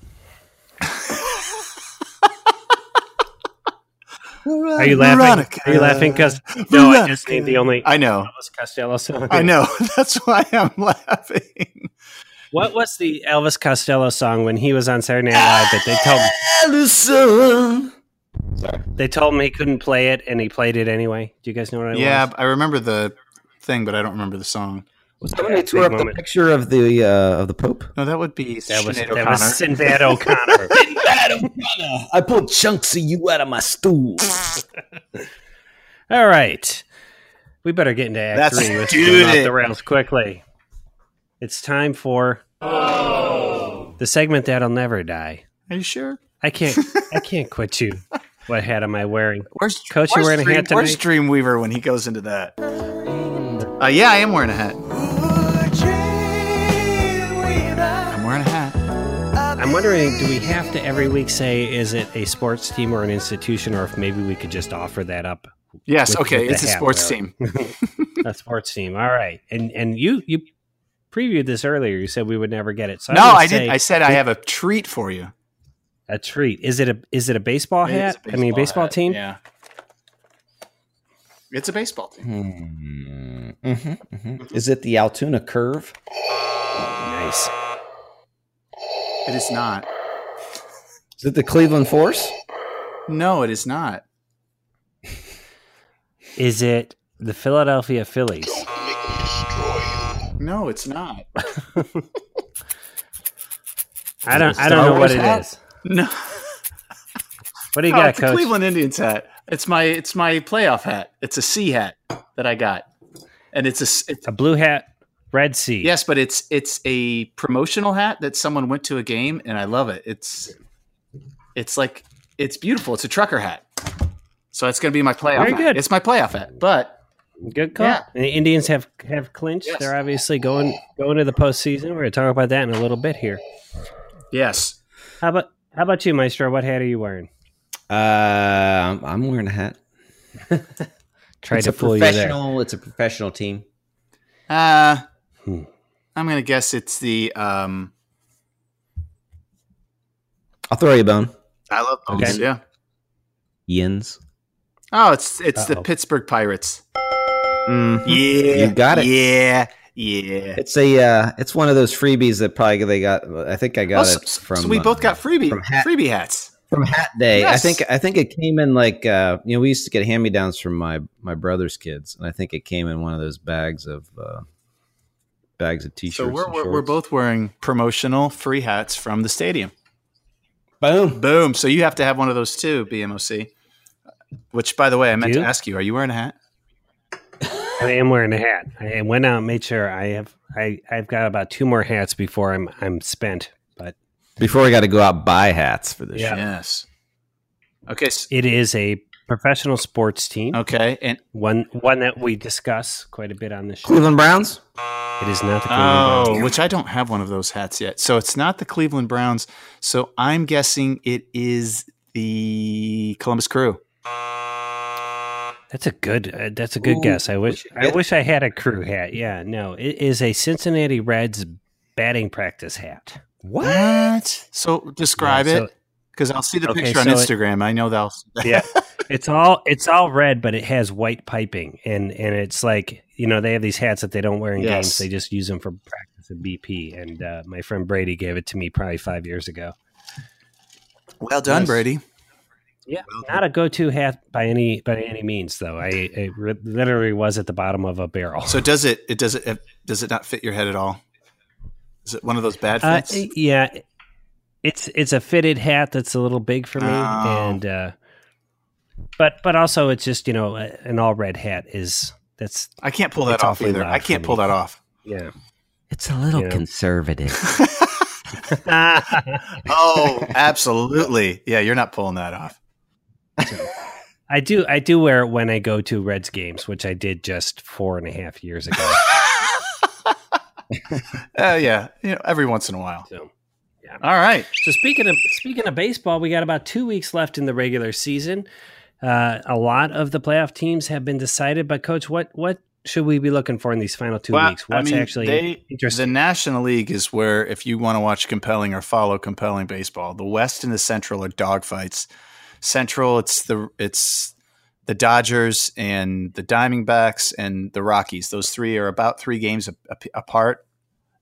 Are you laughing? Are you laughing? Because no, I just need the only
I know.
Elvis Costello song.
I know. [laughs] That's why I'm laughing.
What was the Elvis Costello song when he was on Saturday Night Live that they told
Allison. Sorry.
they told him he couldn't play it and he played it anyway? Do you guys know what I
Yeah,
was?
I remember the thing, but I don't remember the song.
Was
Yeah,
that when they
big
tore up
moment.
the picture of the uh, of the Pope?
No, that would be
That was
Sinead
that was
O'Connor. [laughs]
Sinbad O'Connor.
I pulled chunks of you out of my stool.
All right, we better get into Act
That's-
Three. Let's
Dude.
go off the rails quickly. It's time for the segment that'll never die.
Are you sure?
I
[laughs]
can't. I can't quit you. What hat am I wearing?
Where's
Coach, you
where's
wearing a
Dream-
hat tonight?
Where's Dreamweaver when he goes into that? Uh, yeah, I am wearing a hat. I'm wearing a hat.
I'm wondering, do we have to every week say is it a sports team or an institution, or if maybe we could just offer that up?
Yes,
With-
okay,
with the
it's a
hat
sports
wearing.
team.
a sports team. All right, and and you you previewed this earlier. You said we would never get it. So
No,
I'm gonna
I
say
did. I said I have a treat for you.
a treat. Is it a is it a baseball
It
hat?
is a
I mean, baseball
hat,
team.
Yeah, it's a baseball team.
hmm Is it the Altoona curve?
Nice.
It is not.
Is it the Cleveland Force?
No, it is not.
Is it the Philadelphia Phillies?
No,
[laughs]
it's not.
I don't I
Star
don't know
Wars
what it is.
hat? [laughs] No,
What do you
no,
got,
it's a
Coach?
Cleveland Indians hat. It's my it's my playoff hat. It's a C hat that I got, and it's a s- it's
A blue hat, red sea.
Yes, but it's it's a promotional hat that someone went to a game, and I love it. It's it's like it's beautiful. It's a trucker hat, so it's going to be my playoff.
Very
hat.
good.
It's my playoff hat, but
Good call.
Yeah.
And the Indians have have clinched.
Yes.
They're obviously going going to the postseason. We're going to talk about that in a little bit here.
yes,
How about how about you, Maestro? What hat are you wearing?
Uh, I'm I'm wearing a hat.
Tried
it's
to
a
fool you there.
professional. It's a professional team.
uh,
Hmm.
I'm going to guess it's the. Um,
I'll throw you a bone.
I love
Okay.
those, Yeah.
Yins.
Oh, it's it's the
Uh-oh.
Pittsburgh Pirates.
Mm.
Yeah,
You got it.
Yeah, yeah.
It's a. Uh, it's one of those freebies that probably they got. I think I got
Oh, so,
it from.
so we
uh,
both got freebie
from hat-
freebie hats.
from Hat Day.
Yes.
I think I think it came in like uh, you know we used to get hand me downs from my my brother's kids, and I think it came in one of those bags of uh, bags of t-shirts.
So we're
and
we're, we're
shorts.
both wearing promotional free hats from the stadium.
boom.
Boom. So you have to have one of those too, BMOC. Which, by the way, I meant
You?
to ask you: Are you wearing a hat?
I am wearing a hat. I went out and made sure I have I I've got about two more hats before I'm I'm spent. But
Before we got to go out buy hats for this.
Yeah.
Yes. Okay. s-
it is a professional sports team,
Okay. And
one one that we discuss quite a bit on the show.
Cleveland Browns.
It is not the Cleveland
oh,
Browns.
which I don't have one of those hats yet. So it's not the Cleveland Browns. So I'm guessing it is the Columbus Crew.
That's a good uh, that's a good
Ooh,
guess. I wish
should
I
get-
wish I had a crew hat. Yeah, no, it is a Cincinnati Reds batting practice hat.
What? So describe
Yeah, so-
it, because I'll see the
Okay,
picture on
so it-
Instagram. I know they'll.
yeah it's all it's all red but it has white piping and and it's like you know they have these hats that they don't wear in
Yes.
games they just use them for practice and bp and uh, my friend brady gave it to me probably five years ago
Well done,
Yes.
Brady.
yeah not a go-to hat by any by any means though i it re- literally was at the bottom of a barrel
So does it? It does it? Does it not fit your head at all? Is it one of those bad
uh,
fits?
yeah it's it's a fitted hat that's a little big for me
Oh.
and uh but but also it's just you know a- an all red hat is that's
I can't pull that
It's
off
awfully
either.
loud
I
for
can't
me.
pull that off.
yeah
It's a little
Yeah.
[laughs]
conservative.
oh, absolutely. Yeah, you're not pulling
[laughs]
that off.
[laughs] I do I do wear it when I go to Reds games, which I did just four and a half
[laughs]
years ago.
Uh, yeah, you know, every once in a while.
so
All right.
so speaking of speaking of baseball, we got about two weeks left in the regular season. Uh, a lot of the playoff teams have been decided, but coach, what what should we be looking for in these final two
Well,
weeks? What's
I mean,
actually
they-
interesting?
The National League is where, if you want to watch compelling or follow compelling baseball, the West and the Central are dogfights. Central, it's the it's the Dodgers and the Diamondbacks and the Rockies. Those three are about three games a, a, apart.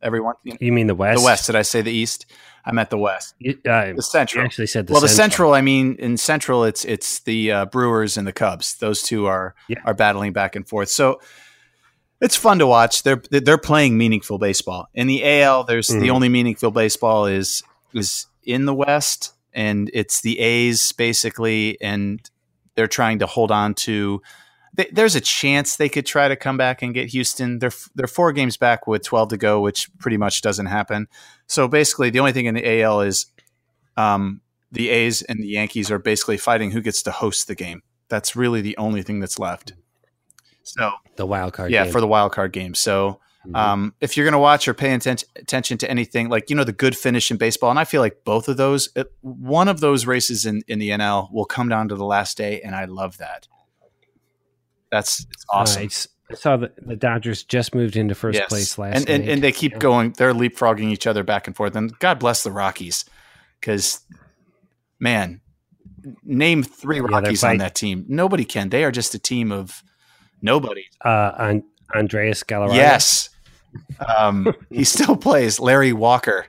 Everyone,
you mean the West?
the West. Did I say the East? I meant the West.
You, uh,
The
you
Central.
actually said the
well, the
Central.
Central, I mean, in Central, it's it's the uh, Brewers and the Cubs. Those two are
Yeah.
are battling back and forth. So it's fun to watch. They're they're playing meaningful baseball. In the AL, there's the
Mhm.
only meaningful baseball is is in the West, and it's the A's basically, and they're trying to hold on to. th- There's a chance they could try to come back and get Houston. They're f- they're four games back with 12 to go, which pretty much doesn't happen. So basically, the only thing in the AL is um, the A's and the Yankees are basically fighting who gets to host the game. That's really the only thing that's left. So
The wild card.
yeah,
game.
for the wild card game. So
Mhm.
um, if you're going to watch or pay atten- attention to anything, like you know the good finish in baseball, and I feel like both of those, uh, one of those races in in the NL will come down to the last day, and I love that. That's it's awesome.
Uh, it's- I saw that the Dodgers just moved into first
Yes.
place last
and, and
night.
and they keep
Yeah.
going. They're leapfrogging each other back and forth. And God bless the Rockies, because man, name three
they're
Rockies on
fight-
that team. Nobody can. They are just a team of nobody.
uh, on Andreas Galarraga.
Yes. Um,
[laughs]
he still plays Larry Walker,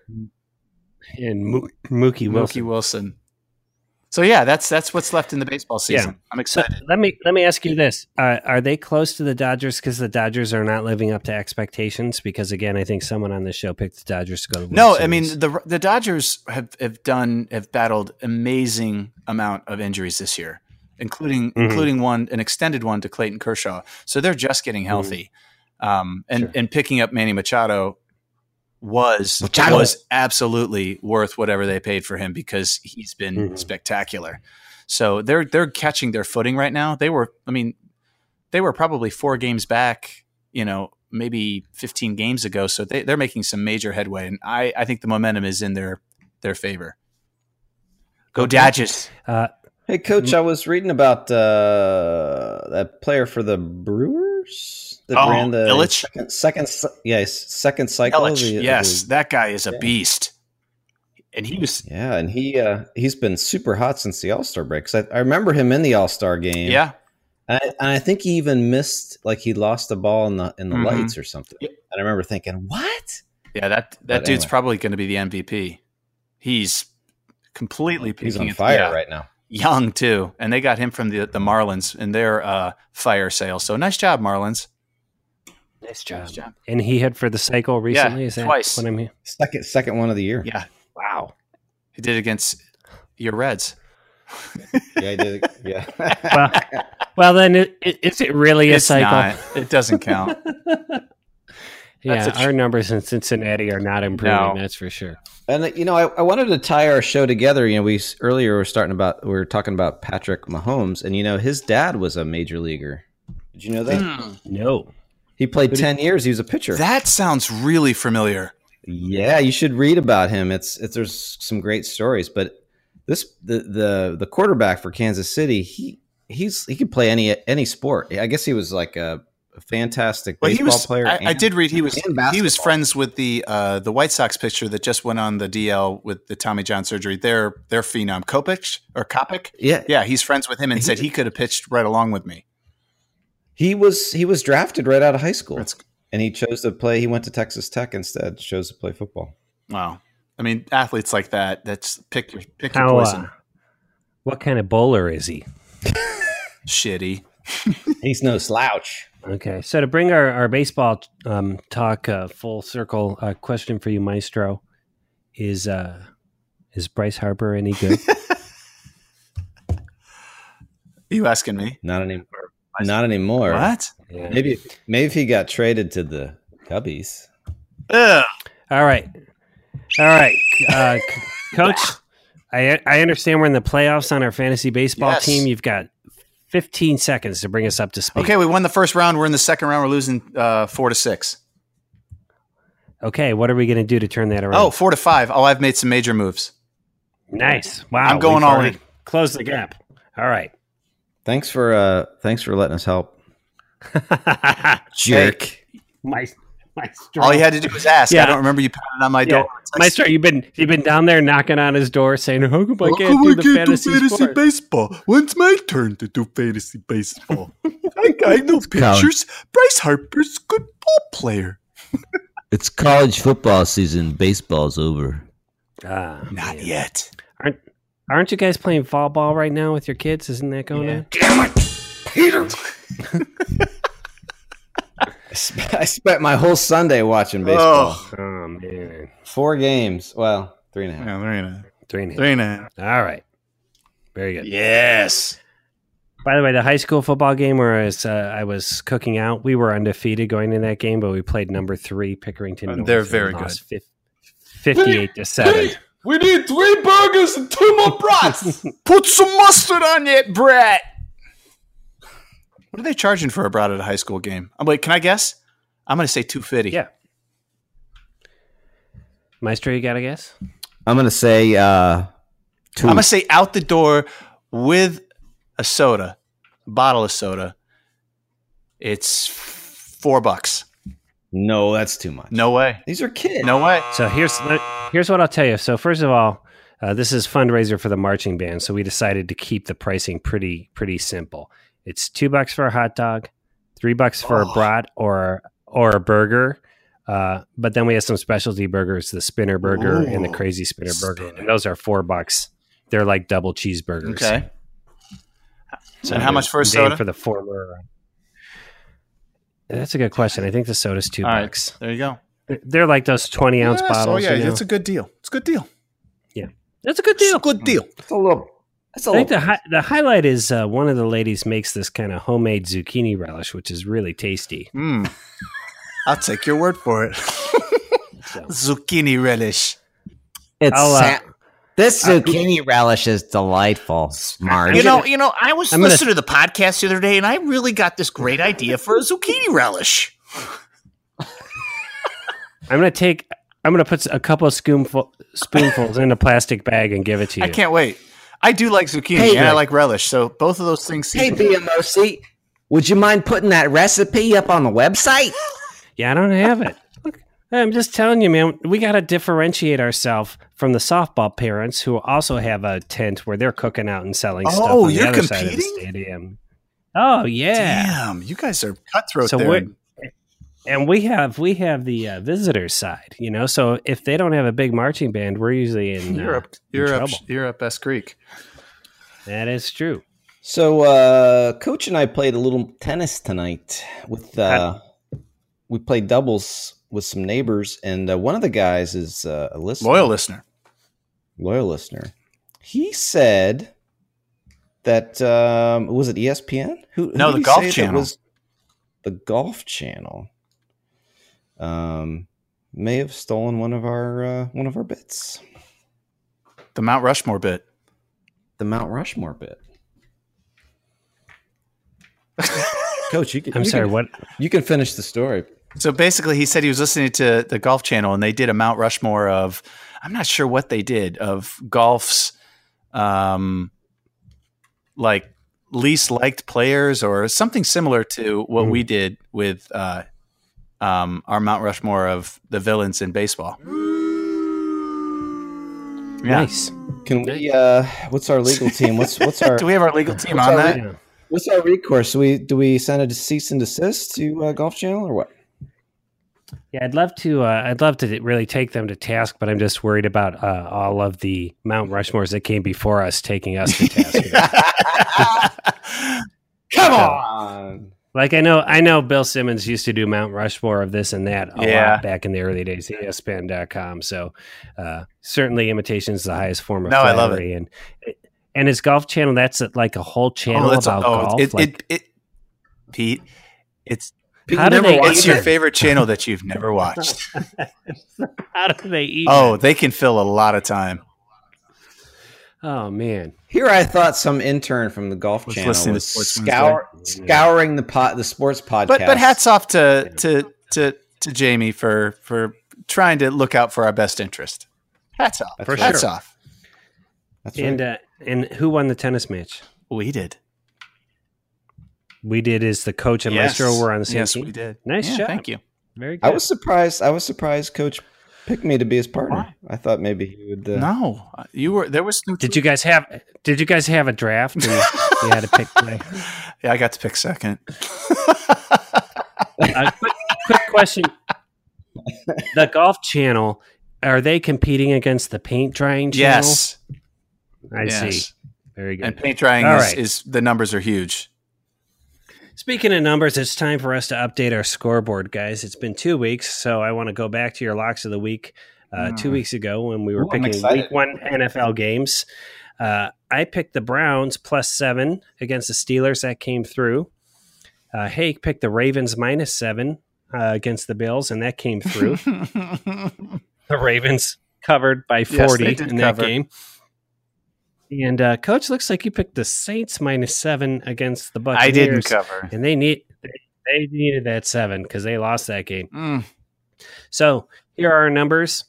and Mo- Mookie Wilson.
Mookie Wilson. So yeah, that's that's what's left in the baseball season. I'm
So
excited.
let me let me ask you this: uh, Are they close to the Dodgers because the Dodgers are not living up to expectations? Because again, I think someone on this show picked the Dodgers to go. To the
No,
World
I
Series.
mean the the Dodgers have have done have battled amazing amount of injuries this year, including
Mhm.
including one an extended one to Clayton Kershaw. So they're just getting healthy, um, and
Sure.
and picking up Manny Machado was
Machado.
was absolutely worth whatever they paid for him because he's been
Mm-hmm.
Mhm.
spectacular. So they're they're catching their footing right now. They were, I mean, they were probably four games back, you know, maybe 15 games ago. So they, they're making some major headway, and I, I think the momentum is in their their favor. Go Dodgers!
uh,
Hey, coach, I was reading about uh, that player for the Brewers that
Oh,
ran the
Illich?
second, second, cy- yes, second cycle. of
Yelich,
the- of
yes,
the-
that guy is a
Yeah.
beast, and he was
yeah, and he uh, he's been super hot since the All Star break. 'Cause I, I remember him in the All Star game.
yeah.
and I, and I think he even missed like he lost the ball in the in the
Mhm.
lights or something.
Yep.
And I remember thinking, what?
Yeah, that that
But
dude's
anyway.
probably going to be the MVP. He's completely
He's
picking
on
it-
fire
yeah.
right now.
Young too, and they got him from the the Marlins in their uh, fire sale. So nice job, Marlins. Um, Nice
job. Um, and he had for the cycle recently. Is that
twice.
What I'm hearing?
Second second one of the year.
Yeah. Wow. He did against your Reds.
Yeah, I did. Yeah.
[laughs]
[laughs]
Well, well, then it, it, is it really a
It's
cycle?
not. It doesn't count.
yeah,
That's a tr-
our numbers in Cincinnati are not improving.
No.
That's for sure.
And uh, you know, I, I wanted to tie our show together. You know, we s- earlier were starting about we were talking about Patrick Mahomes, and you know, his dad was a major leaguer. Did you know that
Hmm.
No,
he played ten years? He was a pitcher.
That sounds really familiar.
yeah, you should read about him. It's, it's there's some great stories, but this the the the quarterback for Kansas City, he he's he could play any any sport. I guess he was like a, a fantastic
Well, he
baseball
was.
player.
I, I
and-
did read he was.
and
He was
basketball.
friends with the uh, the White Sox pitcher that just went on the DL with the Tommy John surgery. Their their phenom Kopech or Kopech.
Yeah,
Yeah, he's friends with him and said he could have pitched right along with me.
he was he was drafted right out of high school,
That's
and he chose to play. He went to Texas Tech instead. Chose to play football.
wow. I mean, athletes like that. That's pick your pick your
how?
poison.
Uh, what kind of bowler is he?
Shitty.
He's no slouch.
Okay, so to bring our, our baseball um, talk uh, full circle, uh, question for you, Maestro, is uh, is Bryce Harper any good?
[laughs] you asking me?
Not anymore. Not anymore.
What?
Yeah.
Maybe maybe if he got traded to the Cubbies.
Ugh.
All right, all right, uh, c- Coach. I I understand we're in the playoffs on our fantasy baseball
Yes.
team. You've got 15 seconds to bring us up to speed.
Okay, we won the first round. We're in the second round. We're losing uh, four to six.
Okay, what are we going to do to turn that around?
Oh, four to five. Oh, I've made some major moves.
nice! Wow,
I'm going
we've
all
already
in.
Close the gap. All right, [laughs]
Thanks for uh thanks for letting us help.
my Maestro.
All you had to do was ask.
Yeah.
I don't remember you pounded on my
Yeah.
door. It's like,
Maestro, you've been you've been down there knocking on his door saying, "How come I
How
can't
come
do
I
the
can't do
fantasy,
fantasy
sports?"
baseball? When's my turn to do fantasy
[laughs]
baseball? I, I know pictures. Bryce Harper's a good ball player.
It's college football season. Baseball's over.
Ah,
Not
man.
yet.
Aren't you guys playing fall ball right now with your kids? Isn't that going on?
Damn it, Peter!
sp- I spent my whole Sunday watching baseball.
Oh,
Oh man,
Four games. Well, three and a half.
Yeah, three and a half.
three and a half.
Three and a half.
All right, very good.
yes.
By the way, the high school football game where I was, uh, I was cooking out, we were undefeated going into that game, but we played number three Pickerington.
Uh,
North,
they're
and
very
lost fif- Fifty-eight to seven.
we need three burgers and two more
[laughs]
brats.
Put some mustard on it, brat. What are they charging for a brat at a high school game? I'm like, can I guess? I'm going to say 250.
Yeah. Maestro, you got to guess.
I'm gonna say uh, two.
I'm going to say out the door with a soda, a bottle of soda. It's four bucks.
no, that's too much.
No way.
these are kids.
No way.
So here's here's what I'll tell you. So first of all, uh, this is fundraiser for the marching band, so we decided to keep the pricing pretty pretty simple. It's two bucks for a hot dog, three bucks for a
Oh.
brat or or a burger. Uh, but then we have some specialty burgers, the spinner burger and the
Ooh,
crazy spinner burger.
spinner.
And those are four bucks. They're like double cheeseburgers.
Okay. And how much for a
Name
soda?
for the former. That's a good question. I think the soda's two
All right.
bucks.
There you go.
They're like those twenty ounce
Yes, Oh
bottles.
yeah,
you know?
it's a good deal. It's a good deal.
that's a good deal.
Good deal.
that's a little. That's a
I think
Oh.
little.
the hi- the highlight is uh, one of the ladies makes this kind of homemade zucchini relish, which is really tasty.
Mm. [laughs] I'll take your word for it. Zucchini relish.
It's
I'll, uh,
sa- this zucchini relish is delightful. Smart.
you know, you know, I was
I'm gonna-
listening to the podcast the other day, and I really got this great idea for a zucchini relish.
I'm gonna take. I'm gonna put s- a couple of spoonful, spoonfuls in a plastic bag and give it to you.
I can't wait. I do like zucchini
Hey,
and I
Rick.
like relish, so both of those things.
hey, BMOC, would you mind putting that recipe up on the website?
Yeah, I don't have it. Look, I'm just telling you, man. We got to differentiate ourselves from the softball parents who also have a tent where they're cooking out and selling stuff
Oh,
on the
you're
other side of the
competing?
stadium. Oh yeah.
Damn, you guys are cutthroat
So
there.
what- and we have we have the uh, visitor side, you know. So if they don't have a big marching band, we're usually in uh,
You're up,
in
you're up,
trouble.
you're up S Creek.
That is true.
So, uh, Coach and I played a little tennis tonight. With uh, we played doubles with some neighbors, and uh, one of the guys is uh, a listener,
Loyal listener.
loyal listener. He said that um, was it ESPN? Who? who
No,
did
the
he
Golf
say that
Channel.
was the Golf Channel. Um, may have stolen one of our uh, one of our bits,
The Mount Rushmore bit.
the Mount Rushmore bit. [laughs] Coach, you can.
I'm
you
sorry.
Can,
What?
you can finish the story.
So basically, he said he was listening to the Golf Channel, and they did a Mount Rushmore of I'm not sure what they did of golf's um, like least liked players or something similar to what
Mm.
we did with uh, um, our Mount Rushmore of the villains in baseball. Yeah.
Nice.
Can we? Uh, what's our
[laughs]
legal team? What's what's our
Do we have our legal team
What's
on
our
[laughs]
that?
legal-
Yeah.
what's our recourse? Do we do we send a cease and desist to uh, Golf Channel or what?
Yeah, I'd love to. Uh, I'd love to really take them to task, but I'm just worried about uh, all of the Mount Rushmores that came before us taking us to task.
[laughs]
here.
Come on.
on.
Like I know, I know Bill Simmons used to do Mount Rushmore of this and that a
Yeah.
lot back in the early days. E ESPN.com. So uh, certainly, imitation is the highest form of
No, I
flattery.
love it. Oh,
And and his golf channel. That's like a whole channel
that's-
about golf.
It,
like,
it, it, Pete, it's
how do they?
what's
eat
your
it?
favorite channel that [laughs] you've never watched?
[laughs] How do they eat?
Oh, they can fill a lot of time.
it? oh man.
Here I thought some intern from the Golf
Was
Channel
listening to
was
Sports
scour,
Wednesday.
scouring the pot the sports podcast.
But but hats off to to to to Jamie for for trying to look out for our best interest. Hats off.
That's
For
right.
Hats
sure.
off.
That's right.
And uh, and who won the tennis match?
We did.
We did. Is the coach and
Yes.
Maestro were on the same
Yes,
team?
we did.
Nice
yeah,
job.
Thank you.
Very good.
I was surprised. I was surprised. Coach picked me to be his partner.
Why?
I thought maybe he would. Uh,
No, you were there was.
did you guys have? Did you guys have a draft? And you had to pick. Play? [laughs]
Yeah, I got to pick second.
Uh, quick, quick question: The Golf Channel are they competing against the paint drying channel?
yes,
I
yes.
see. Very good.
And paint drying
All
is,
right.
is the numbers are huge.
Speaking of numbers, it's time for us to update our scoreboard, guys. It's been two weeks, so I want to go back to your locks of the week. Uh,
Hmm.
two weeks ago, when we were
Ooh, I'm
picking
excited.
week one NFL games, uh, I picked the Browns plus seven against the Steelers. That came through. Uh, Hake picked the Ravens minus seven uh, against the Bills, and that came
[laughs]
through. the Ravens covered by
they
40 in
did
that
cover.
game. And uh, coach looks like you picked the Saints minus seven against the Buccaneers.
I didn't cover.
and they need they, they needed that seven because they lost that game.
Mm.
So here are our numbers: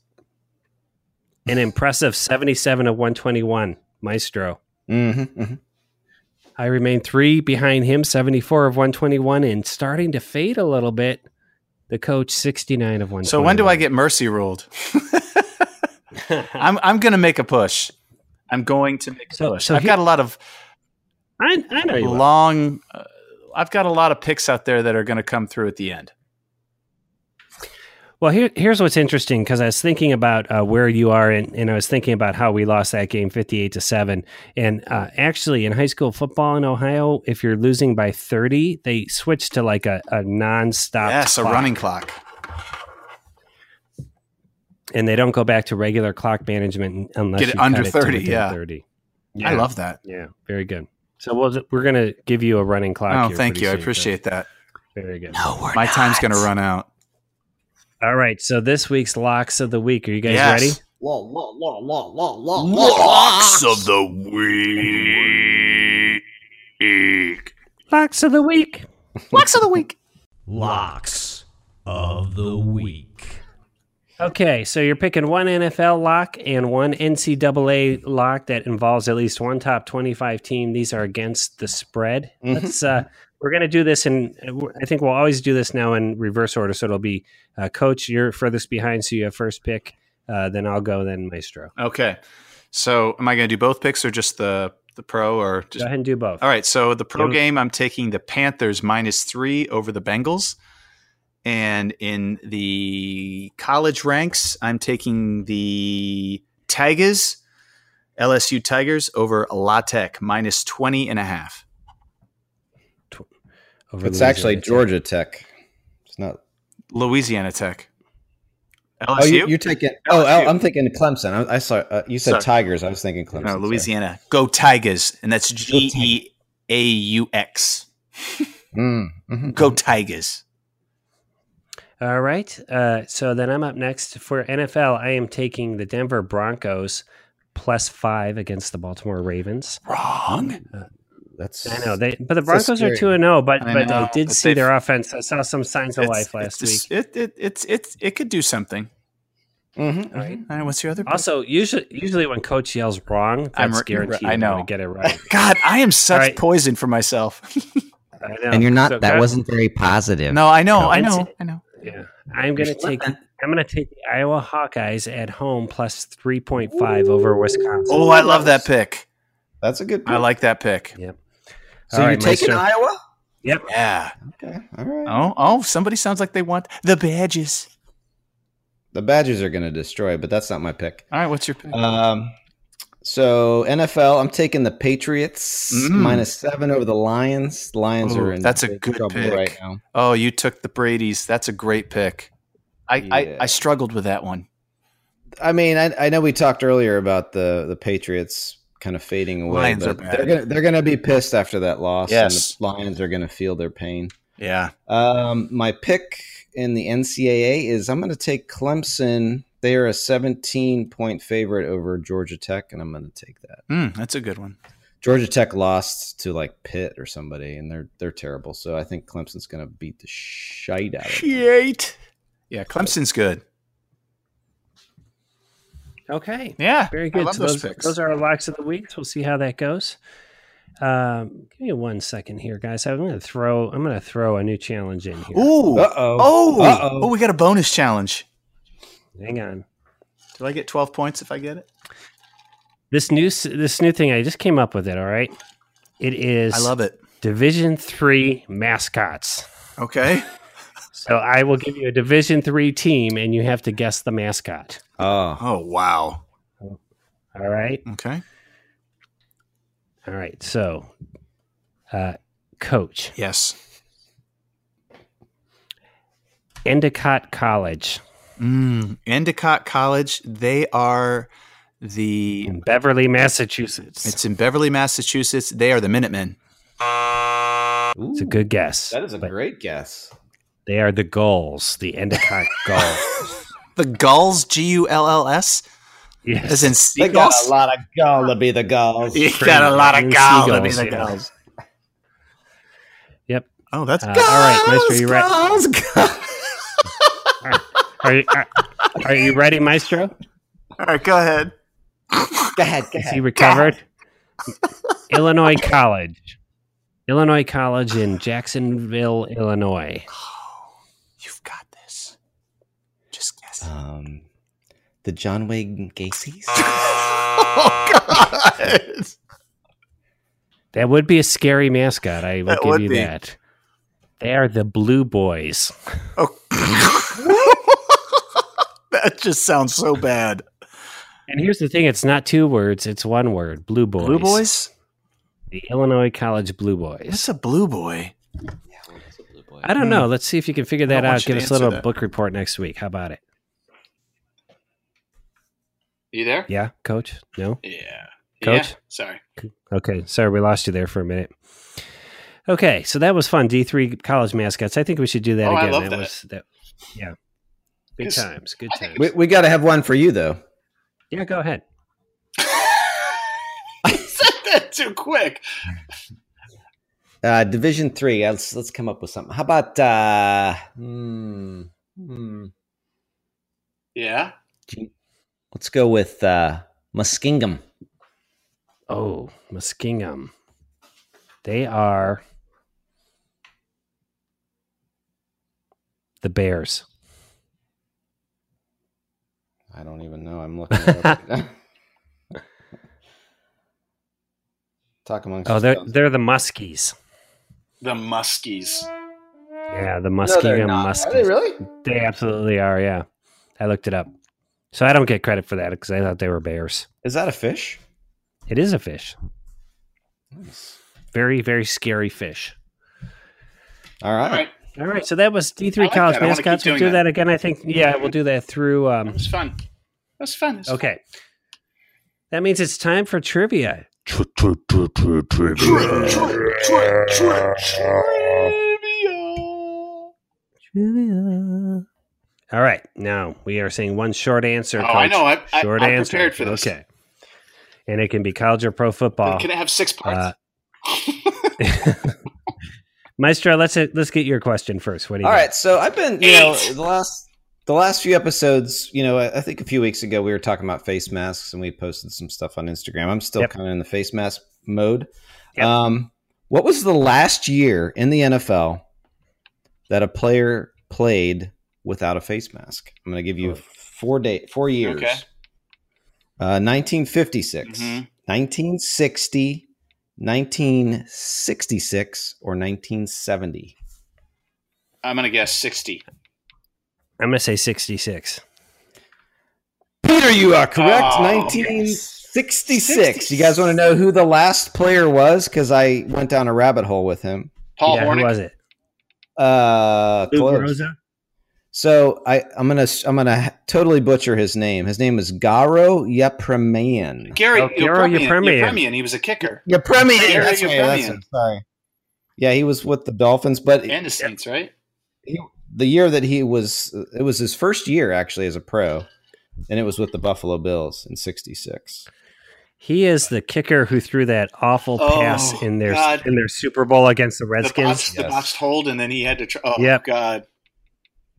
an impressive seventy-seven of one twenty-one, Maestro.
Mm-hmm,
I remain three behind him, seventy-four of one twenty-one, and starting to fade a little bit. The coach sixty-nine of one.
So when do I get mercy ruled? [laughs] I'm I'm gonna make a push. I'm going to make a
So-
push.
so
I've
he-
got a lot of
[laughs] I, I know you. will.
long. Uh, I've got a lot of picks out there that are going to come through at the end.
Well, here, here's what's interesting because I was thinking about uh, where you are, and, and I was thinking about how we lost that game 58 to 7. And uh, actually, in high school football in Ohio, if you're losing by 30, they switch to like a, a nonstop.
yes, a
Ah, clock,
running clock.
And they don't go back to regular clock management unless
Get it
you cut
under
to
30,
within
yeah.
30.
I love that.
Yeah, very good. So we'll, we're going to give you a running clock.
Oh,
here
thank
pretty
you. I
soon, but
appreciate that.
Very good.
My time's going to run out.
All right. So this week's locks of the week. Are you guys
Yes.
ready?
Locks of the week.
Locks of the week.
Locks of the Week.
Okay, so you're picking one NFL lock and one NCAA lock that involves at least one top 25 team. These are against the spread.
Mm-hmm.
Let's uh, we're going to do this, and I think we'll always do this now in reverse order. So it'll be uh, coach, you're furthest behind, so you have first pick. Uh, then I'll go, then Maestro.
Okay. So, am I going to do both picks or just the the pro or
Go
just
ahead and do both.
All right, so the pro
Yeah.
game, I'm taking the Panthers minus three over the Bengals. And in the college ranks, I'm taking the Tigers, LSU Tigers over La Tech minus 20 and a half.
Over
It's
Louisiana
actually
Tech.
Georgia Tech. It's not.
Louisiana Tech. LSU?
Oh, you, you're taking. Oh,
LSU.
I'm thinking Clemson. I, I saw uh, you said
Sorry.
Tigers. I was thinking Clemson.
no,
sorry.
Louisiana. Go Tigers. And that's G E A U X.
Mm, mhm.
Go Tigers.
All right. Uh, so then I'm up next for NFL. I am taking the Denver Broncos plus five against the Baltimore Ravens.
Wrong.
That's.
I know they, but the
This is
Broncos are
scary.
two and zero, but
I
but
know,
I did
but
see
they've-
their offense. I saw some signs of
It's-
life last
it's-
week.
It, it, it's, it's, it could do something.
Mhm.
All right.
All right, what's your other pick?
Also, usually usually when coach yells wrong, that's
I'm re-
guaranteed.
I
I'm gonna
know.
get it right.
God, I am such
All right.
poison for myself. [laughs]
I know.
And you're not.
So
that
guys-
wasn't very positive.
no, I know,
No,
I
it's-
know, I know.
Yeah, I'm gonna take. I'm gonna take the Iowa Hawkeyes at home plus three point five over Wisconsin.
Oh, I love that pick.
That's a good. Pick.
I like that pick.
So you're taking Iowa?
Yeah.
Okay. All right.
Oh, oh, somebody sounds like they want the badges.
The Badgers are going to destroy, but that's not my pick.
All right, what's your pick?
Um, so NFL, I'm taking the Patriots
Mm.
minus seven over the Lions. The Lions
Ooh,
are in
that's a
big
good
trouble
pick.
right now.
oh, you took the Brady's. That's a great pick. I, I,
Yeah.
I struggled with that one.
I mean, I, I know we talked earlier about the the Patriots kind of fading away,
Lions are
but
bad.
they're gonna they're gonna be pissed after that loss.
Yes.
and the Lions are gonna feel their pain.
Yeah.
Um, my pick in the NCAA is I'm gonna take Clemson. They are a 17 point favorite over Georgia Tech, and I'm gonna take that.
Mm, that's a good one.
Georgia Tech lost to like Pitt or somebody, and they're they're terrible. So I think Clemson's gonna beat the shite out of them.
Shit. Yeah, Clemson's good.
Okay.
Yeah.
Very
Oh. I
good.
love
So those,
those picks.
those are our locks of the week. So we'll see how that goes. Um, give me one second here, guys. I'm going to throw. I'm going to throw a new challenge in here.
Ooh.
Uh-oh.
Oh.
Uh-oh.
Oh, we got a bonus challenge.
Hang on.
Did I get 12 points if I get it?
This new s- this new thing I just came up with it. All right. It is
I love it.
Division Three mascots.
Okay.
So I will give you a Division Three team, and you have to guess the mascot.
Oh,
Oh, wow.
All right.
Okay.
All right. So, uh, coach,
Yes.
Endicott College
Mm, Endicott College, they are the
in Beverly, Massachusetts. It's,
it's in Beverly, Massachusetts. They are the Minutemen.
Ooh,
a good guess.
That is a
but
great guess.
They are the Gulls, the Endicott Gulls.
The Gulls, G U L L S,
Yes.
as in
They got
seagulls.
a lot of gall to be the galls.
You got a lot of
And
gall to be
seagulls,
the
yeah.
gulls.
Yep.
Oh, that's
Uh, all right, Maestro, you ready?
gulls, gulls.
Are you, are, are you ready, Maestro?
[laughs] All right, go ahead.
Go ahead, go
Is
[laughs]
ahead.
he recovered? Illinois College. Illinois College in Jacksonville, Illinois.
[sighs] You've got this. Just guess.
Uh.
[laughs]
Um, the John Wayne Gacy's.
oh God!
That would be a scary mascot. I will
That
give
would
you
be.
that. They are the Blue Boys.
Oh. [laughs] that just sounds so bad.
And here's the thing it's not two words, it's one word Blue Boys.
Blue boys?
The Illinois College Blue Boys.
What's a blue boy?
I don't know. Let's see if you can figure that
Hmm. I want
out.
you
Give
to
us a little
answer that.
book report next week. How about it?
You there?
Yeah, coach? No?
Yeah. [laughs]
Coach?
Yeah. Sorry.
Okay, sorry, we lost you there for a minute. Okay, so that was fun. D three college mascots. I think we should do that
Oh, I
again.
love
that,
that.
was that. Yeah, good
'Cause
times. Good
I think
times.
We, we got to have one for you though.
yeah, go ahead.
I said that too quick.
Uh, Division three. Uh, Let's let's come up with something. How about uh, hmm, hmm.
Yeah.
let's go with uh, Muskingum.
Oh, Muskingum. They are the Bears.
I don't even know. I'm looking. It up. right now. [laughs] Talk amongst.
Oh, they're
yourselves.
they're the Muskies.
The Muskies.
Yeah, the
No, they're
Muskingum
not.
Muskies.
Are they really?
They absolutely are. Yeah, I looked it up, so I don't get credit for that because I thought they were bears.
Is that a fish?
It is a fish. Very, very scary fish.
All right.
All right.
All right, so that was D
I
three
like
college
that. I wanna keep
mascots. We'll
doing
do that.
that.
again. I think. Yeah, we'll do that through.
That
Um,
was fun. That was fun. That was fun.
okay, that means it's time for trivia. Trivia. All right, now we are saying one short answer.
Oh, I
Coach.
know. I, I,
Short
I'm
answer.
prepared for this.
Okay, and it can be college or pro football.
Can I have six
Uh,
parts?
[laughs] Maestro, let's let's get your question first. What do you
All
got?
right, so I've been, you know,
Eight.
the last the last few episodes, you know, I, I think a few weeks ago we were talking about face masks and we posted some stuff on Instagram. I'm still
Yep.
kind of in the face mask mode.
Yep.
Um, what was the last year in the NFL that a player played without a face mask? I'm going to give you four day four years.
Okay.
Uh, 1956,
Mhm.
1960, 1966, or 1970.
I'm going to guess 60.
I'm gonna say 66.
Peter, you are correct.
Oh,
1966. You guys want to know who the last player was? Because I went down a rabbit hole with him.
Paul
yeah, who
Hornick.
was it?
Uh,
Lou
close.
Groza?
So I, I'm gonna I'm gonna totally butcher his name. His name is Garo Yepremian.
Gary
Oh, Gary
Yepremian.
Yepremian.
Yepremian. He was a kicker.
Yepremian.
Garo
That's right, that's
Yepremian.
it, Sorry. Yeah, he was with the Dolphins, but
And the Saints, right?
the year that he was, it was his first year actually as a pro, and it was with the Buffalo Bills in '66.
He is the kicker who threw that awful
Oh,
pass in their
God.
in their Super Bowl against the
The
Redskins.
botched, the
Yes.
botched hold, and then he had to. Tr- oh,
Yep.
God.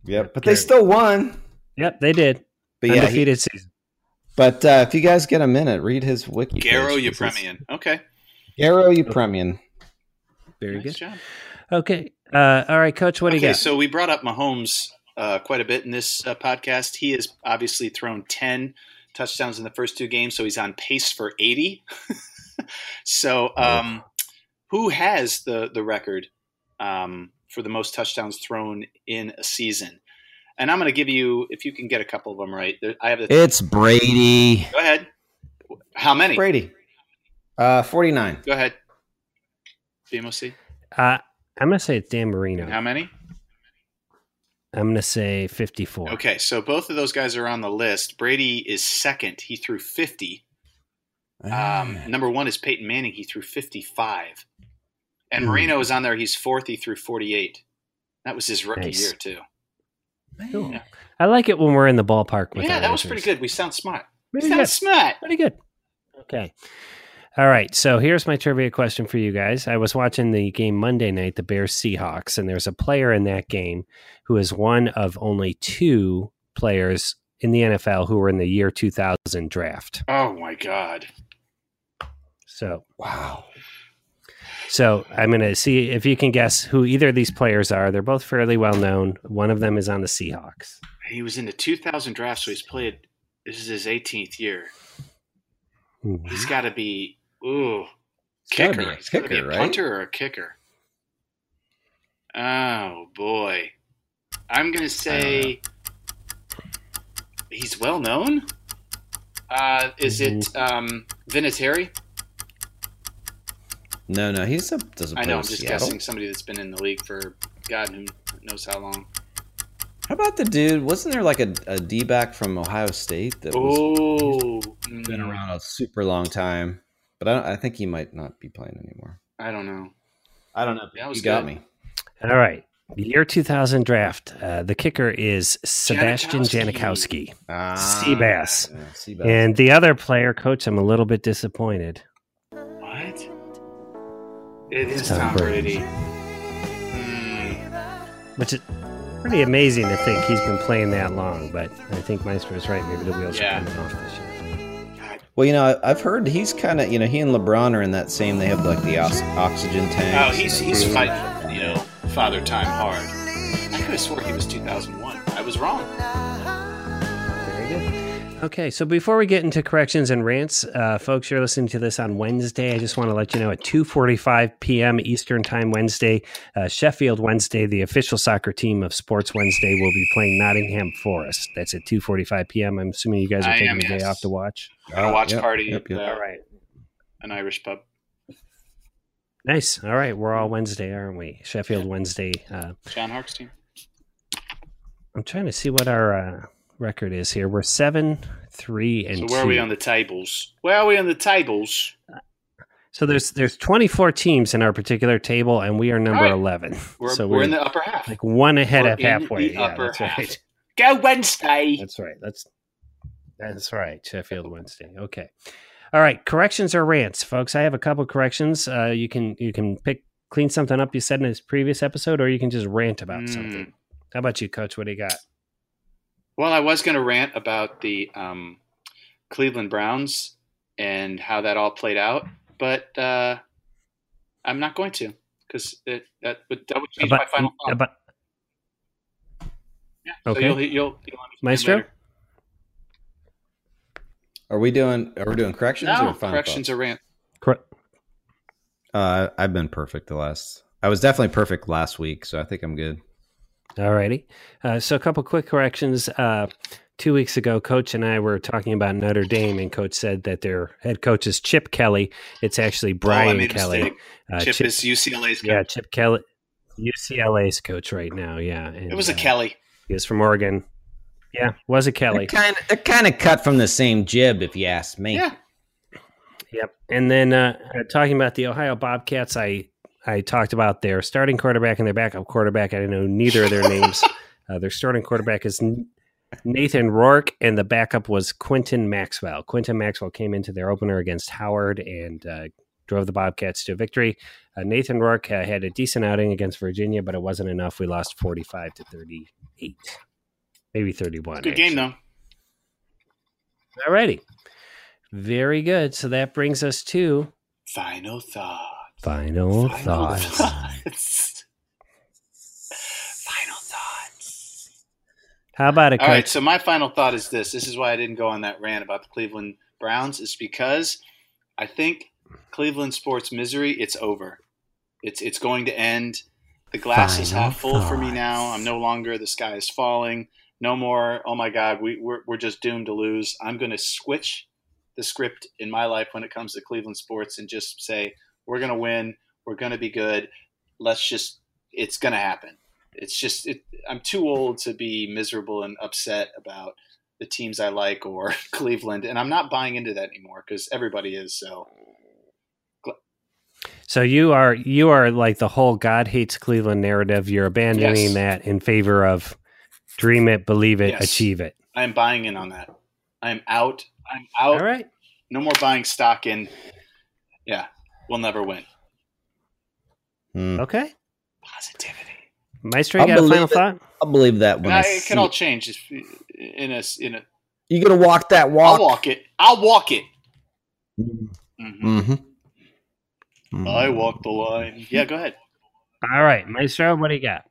Yep, but they
Gary.
still won.
Yep, they did.
But yeah, he-
Undefeated season.
But uh, if you guys get a minute, read his wiki.
Garo
page.
Yepremian. Okay.
Garo Yepremian.
Very
Nice
good.
job.
Okay. Uh, all right, coach, what do
okay,
you got?
so we brought up Mahomes uh, quite a bit in this uh, podcast. He has obviously thrown 10 touchdowns in the first two games, so he's on pace for 80. [laughs] so, um, who has the, the record um, for the most touchdowns thrown in a season? And I'm going to give you, if you can get a couple of them right, there, I have the.
It's Brady.
go ahead. How many?
Brady. Uh, 49.
Go ahead. BMOC.
uh, I'm gonna say it's Dan Marino.
How many?
I'm going to say 54.
Okay, so both of those guys are on the list. Brady is second. He threw 50. Um, number one is Peyton Manning. He threw 55. And Moreno is on there. He's fourth. He threw 48. That was his rookie
Nice.
year, too.
Cool. I like it when we're in the ballpark with
yeah,
our
that was
answers.
pretty good. We sound smart. We
Pretty
sound
good.
smart.
Pretty good. Okay. All right. So here's my trivia question for you guys. I was watching the game Monday night, the Bears Seahawks, and there's a player in that game who is one of only two players in the NFL who were in the year 2000 draft.
Oh, my God.
So, wow. So I'm going to see if you can guess who either of these players are. They're both fairly well known. One of them is on the Seahawks.
He was in the 2000 draft, so he's played. This is his 18th year. He's got to be, ooh,
gotta
kicker.
be a
He's got to be
kicker,
a
right?
punter or a kicker. Oh, boy. I'm going to say he's well known. Uh, is it um, Vinatieri?
No, no, he's a, doesn't play
I know, I'm
with
just
Seattle.
guessing somebody that's been in the league for God who knows how long.
How about the dude? Wasn't there like a, a D back from Ohio State that was
Oh,
been around a super long time? But I, don't, I think he might not be playing anymore.
I don't know.
I don't know.
That was
you got
good.
me.
All right. The year 2000 draft. Uh, the kicker is Sebastian
Janikowski.
Janikowski.
Ah,
Seabass.
yeah, Seabass.
And the other player, coach, I'm a little bit disappointed.
What? It is
Tom
Tom
Brady.
Brady. Mm,
Which is pretty amazing to think he's been playing that long, but I think Meister is right. Maybe the wheels
Yeah.
are coming off this year.
well, you know, I- I've heard he's kind of, you know, he and LeBron are in that same. They have like the ox- oxygen
Oh,
tank.
he's he's fighting, you know, father time hard. I could have swore he was 2001. I was wrong.
Very good. Okay, so before we get into corrections and rants, uh, folks, you're listening to this on Wednesday. I just want to let you know at 2:45 p.m. Eastern Time Wednesday, uh, Sheffield Wednesday, the official soccer team of Sports Wednesday, will be playing Nottingham Forest. That's at 2:45 p.m. I'm assuming you guys are
I
taking
am,
the
yes.
day off to watch.
At a watch
yep,
party
yep, yep.
at uh,
All right.
an Irish pub.
Nice. All right, we're all Wednesday, aren't we? Sheffield Wednesday. Uh,
John Hark's team.
I'm trying to see what our uh, record is here. We're seven, three, and
So where are we on the tables? Where are we on the tables?
so there's there's 24 teams in our particular table, and we are number
All right.
11.
We're,
so
we're, in the upper half.
like one ahead
We're
of
in the
halfway. yeah,
upper
that's
half.
right.
Go Wednesday.
[laughs] That's right. That's that's right. Sheffield Wednesday. Okay. All right. Corrections or rants, folks. I have a couple corrections. Uh, you can you can pick clean something up you said in this previous episode, or you can just rant
Hmm.
about something. How about you, Coach? What do you got?
Well, I was going to rant about the um, Cleveland Browns and how that all played out, but uh, I'm not going to because that would that would change my final thought.
about-
yeah.
okay.
So you'll, you'll, you'll understand
Maestro?
later.
Are we doing? Are we doing corrections
No,
or final
corrections
thoughts?
or rant.
Cor-
Uh, I've been perfect the last. I was definitely perfect last week, so I think I'm good.
All righty. Uh, so, a couple quick corrections. Uh, two weeks ago, Coach and I were talking about Notre Dame, and Coach said that their head coach is Chip Kelly. It's actually Brian
Oh, made a
Kelly. Uh,
mistake. uh, Chip, is UCLA's coach.
yeah, Chip Kelly, UCLA's coach right now. Yeah, and,
it was a
uh,
Kelly.
He was from Oregon. Yeah, was a Kelly.
Kind of, they're kind of cut from the same jib, if you ask me.
Yeah.
Yep. And then uh, uh, talking about the Ohio Bobcats, I I talked about their starting quarterback and their backup quarterback. I know neither of
[laughs]
their names. Uh, their starting quarterback is N- Nathan Rourke, and the backup was Quentin Maxwell. Quentin Maxwell came into their opener against Howard and uh, drove the Bobcats to a victory. Uh, Nathan Rourke uh, had a decent outing against Virginia, but it wasn't enough. We lost forty-five to thirty-eight, maybe thirty-one.
Good game
actually.
though.
Alrighty, very good. So that brings us to.
Final thought.
Final,
Final
thoughts.
thoughts. Final thoughts.
How about it,
All right,
coach?
so my final thought is this. This is why I didn't go on that rant about the Cleveland Browns, is because I think Cleveland sports misery, it's over. It's it's going to end. The glass is
Final
half full for me now.
thoughts.
I'm no longer the sky is falling. No more, oh my God, we, we're, we're just doomed to lose. I'm going to switch the script in my life when it comes to Cleveland sports and just say, we're going to win. We're going to be good. Let's just, it's going to happen. It's just it, I'm too old to be miserable and upset about the teams I like or [laughs] Cleveland, and I'm not buying into that anymore because everybody is. So
So you are you are like the whole God hates Cleveland narrative. You're abandoning
Yes.
that in favor of dream it, believe it,
Yes.
achieve it.
I'm buying in on that. I'm out. I'm out.
All right.
No more buying stock in. Yeah, we'll never win.
Hmm.
Okay.
Positivity.
Maestro,
I'll
you got a
believe
final
it.
thought?
I believe that when
And
I,
I, it
see
can all
it.
change if, in a s- in a.
you gonna walk that
I'll
walk.
walk it. I'll walk it. Mhm.
Mm-hmm.
I
Mm.
walk the line. Yeah, go ahead.
All right, Maestro, what do you got?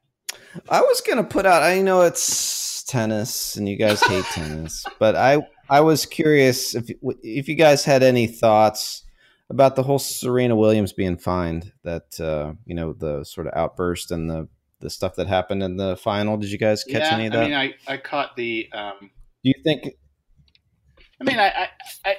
I was gonna put out. I know it's tennis, and you guys
[laughs]
hate tennis, but I I was curious if if you guys had any thoughts about the whole Serena Williams being fined. That uh, you know the sort of outburst and the the stuff that happened in the final. Did you guys catch
yeah,
any of
I
that?
mean, I, I caught the. Um,
Do you think? Do
I mean, I, I, I.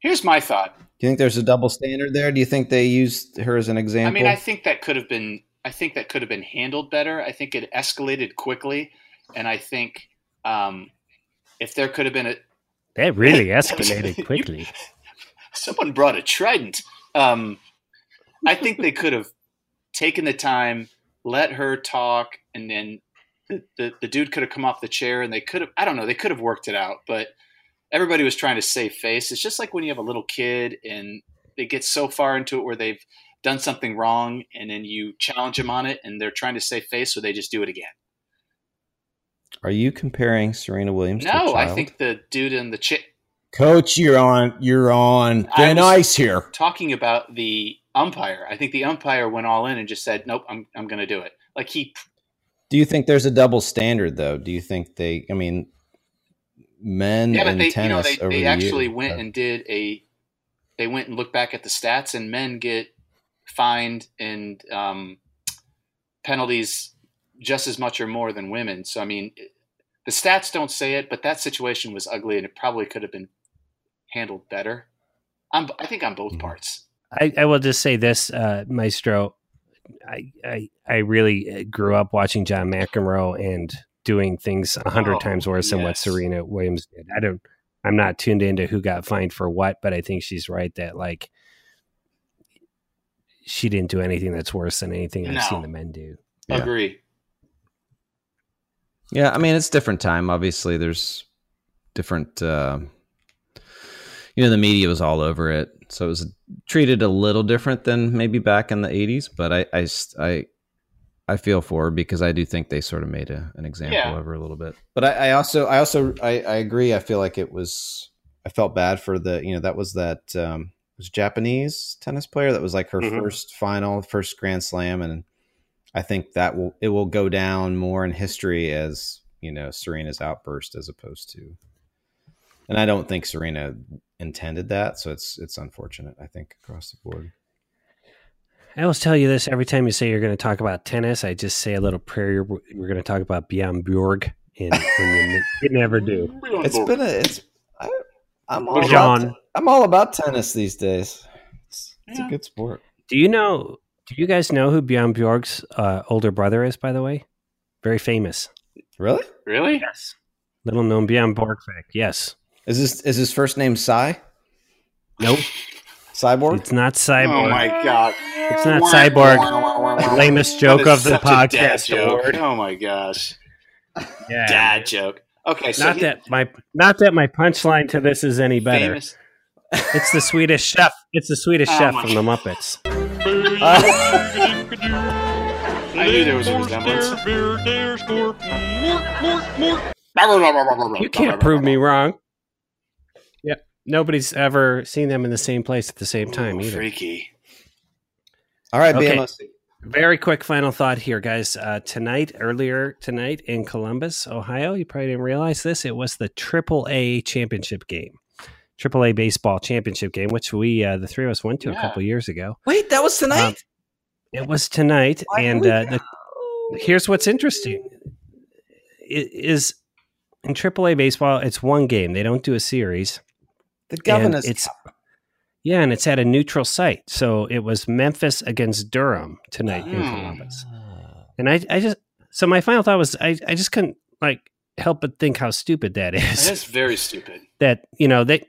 Here's my thought.
you think there's a double standard there? Do you think they used her as an
I
example?
mean, I think that could have been. I think that could have been handled better. I think it escalated quickly, and I think um, if there could have been a
That
[laughs]
really escalated quickly.
someone brought a trident, um, I think they could have taken the time, let her talk, and then the, the the dude could have come off the chair, and they could have. I don't know. They could have worked it out, but everybody was trying to save face. It's just like when you have a little kid and they get so far into it where they've done something wrong and then you challenge them on it and they're trying to save face so they just do it again.
Are you comparing Serena Williams? to a
No, I
child?
think the dude in the chair
Coach, you're on. You're on
I
thin
was-
ice here.
talking about the umpire. I think the umpire went all in and just said, "Nope, I'm I'm going to do it." Like he
Do you think there's a double standard though? Do you think they? I mean, men
Yeah,
and
but
in
they, you know,
tennis
they,
over
they
the
actually
years-
went and did a, they went and looked back at the stats, and men get fined and um, penalties just as much or more than women. So I mean, it- the stats don't say it, but that situation was ugly, and it probably could have been handled better. I'm, I think on
Mm-hmm.
both parts.
I, I will just say this, uh, Maestro. I, I I really grew up watching John McEnroe and doing things a hundred
Oh,
times worse than what
yes.
Serena Williams did. I don't. I'm not tuned into who got fined for what, but I think she's right that like she didn't do anything that's worse than anything I've seen
No.
the men do.
Yeah.
Agree.
Yeah, I mean, it's different time. Obviously, there's different. Uh, you know, the media was all over it, so it was treated a little different than maybe back in the '80s. But I, I, s- I- I feel for her because I do think they sort of made a, an example
Yeah.
of her a little bit. But I, I also, I also, I, I agree. I feel like it was. I felt bad for the. You know, that was that. Um, it was a Japanese tennis player that was like her
Mhm.
first final, first Grand Slam, and I think that will it will go down more in history as you know Serena's outburst as opposed to, and I don't think Serena intended that, so it's it's unfortunate. I think across the board.
I always tell you this every time you say you're going to talk about tennis. I just say a little prayer. We're going to talk about Bjorn Borg, and, and [laughs] you, you never do.
It's been a it's I, I'm all
John.
about, I'm all about tennis these days. It's, it's
Yeah.
a good sport.
Do you know? Do you guys know who Bjorn Bjorg's uh, older brother is? By the way, very famous.
Really?
Really?
Yes. Little known Bjorn Borg fact. Yes.
Is this is his first name Cy?
Nope.
Cyborg?
It's not cyborg.
Oh my god!
It's not cyborg. Lamest joke
That is
of the
such a dad
podcast
joke.
award.
Oh my gosh!
Yeah.
Dad joke. Okay, so
Not
he-
that my not that my punchline to this is any better.
famous.
It's the Swedish chef. It's the Swedish
Oh
chef
my-
from the Muppets.
I knew there was a resemblance.
You can't prove me wrong. Yeah. Nobody's ever seen them in the same place at the same time either.
Freaky.
All right,
Okay.
BMOC.
Very quick final thought here, guys. Uh, tonight, earlier tonight in Columbus, Ohio, you probably didn't realize this. It was the AAA championship game, AAA baseball championship game, which we, uh, the three of us, went to a
Yeah.
couple years ago.
Wait, that was tonight?
Um, it was tonight, and uh, the, here's what's interesting: I- is in AAA baseball, it's one game. They don't do a series.
The
And
governor's
it's yeah, and it's at a neutral site. So it was Memphis against Durham tonight in
Hmm.
Columbus, And I, I just, so my final thought was, I, I just couldn't like help but think how stupid that is.
That's very stupid.
[laughs] that you know they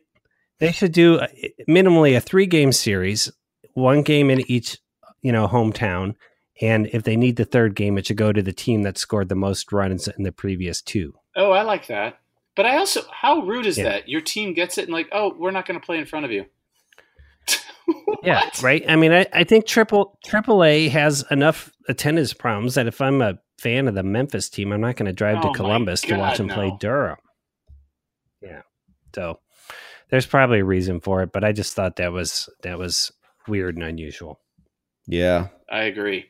they should do uh, minimally a three game series, one game in each you know hometown, and if they need the third game, it should go to the team that scored the most runs in the previous two.
Oh, I like that. But I also, how rude is
Yeah.
that? Your team gets it and like, oh, we're not going to play in front of you. [laughs]
Yeah,
What?
right. I mean, I, I think triple triple A has enough attendance problems that if I'm a fan of the Memphis team, I'm not going to drive
Oh
to
my
Columbus to watch
God,
them play
no.
Durham. Yeah, so there's probably a reason for it, but I just thought that was that was weird and unusual.
Yeah.
I agree.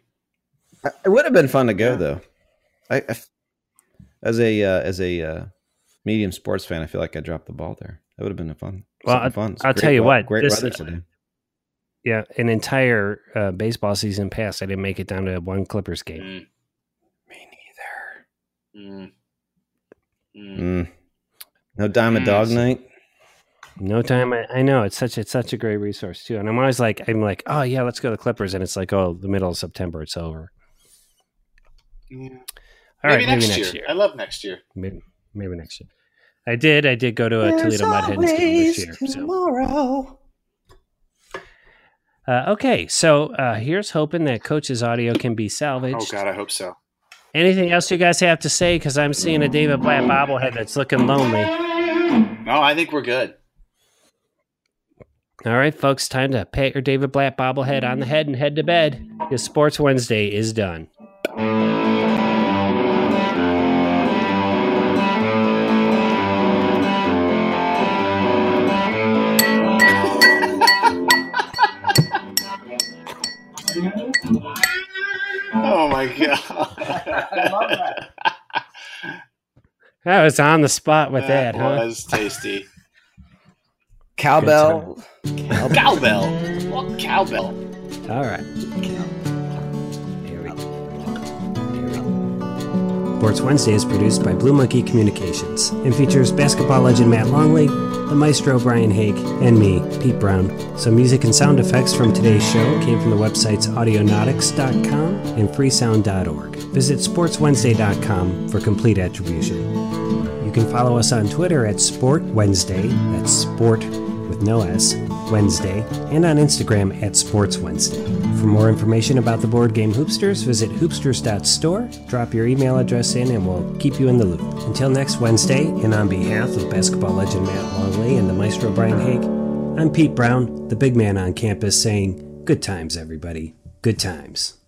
I- It would have been fun to go though. I, I f- as a uh, as a uh, medium sports fan, I feel like I dropped the ball there. That would have been a fun.
Well,
something fun. It's
I'll
great
tell you
wea-
what,
Great
this-
weather today.
Yeah, an entire uh, baseball season passed. I didn't make it down to one Clippers game.
Mm,
Me neither.
mm, mm.
Mm. No dime a dog
Mm.
night.
No time. I, I know it's such it's such a great resource too. And I'm always like I'm like oh yeah let's go to the Clippers and it's like oh the middle of September it's over.
Yeah.
All right,
Mm. maybe, next, year. I love next year.
maybe, maybe next year. I did. I did go to a Toledo Mudheads game this year. Tomorrow. Uh, okay, so uh, here's hoping that Coach's audio can be salvaged.
Oh God, I hope so.
Anything else you guys have to say? Because I'm seeing a David Blatt bobblehead that's looking lonely.
No, I think we're good.
All right, folks, time to pat your David Blatt bobblehead on the head and head to bed. Because Sports Wednesday is done.
Oh my God,
I was on the spot with that,
[laughs] that
huh?
was tasty.
Cowbell.
Cowbell, What cowbell.
All right. Here we go. Sports Wednesday is produced by Blue Monkey Communications and features basketball legend Matt Longley, the maestro Brian Hake, and me, Pete Brown. Some music and sound effects from today's show came from the websites audionautics.com and freesound.org. Visit sportswednesday.com for complete attribution. You can follow us on Twitter at Sport Wednesday, that's sport with no S, Wednesday, and on Instagram at Sports Wednesday. For more information about the board game Hoopsters, visit hoopsters.store, drop your email address in, and we'll keep you in the loop. Until next Wednesday, and on behalf of basketball legend Matt Longley and the maestro Brian Hake, I'm Pete Brown, the big man on campus, saying, Good times, everybody. Good times.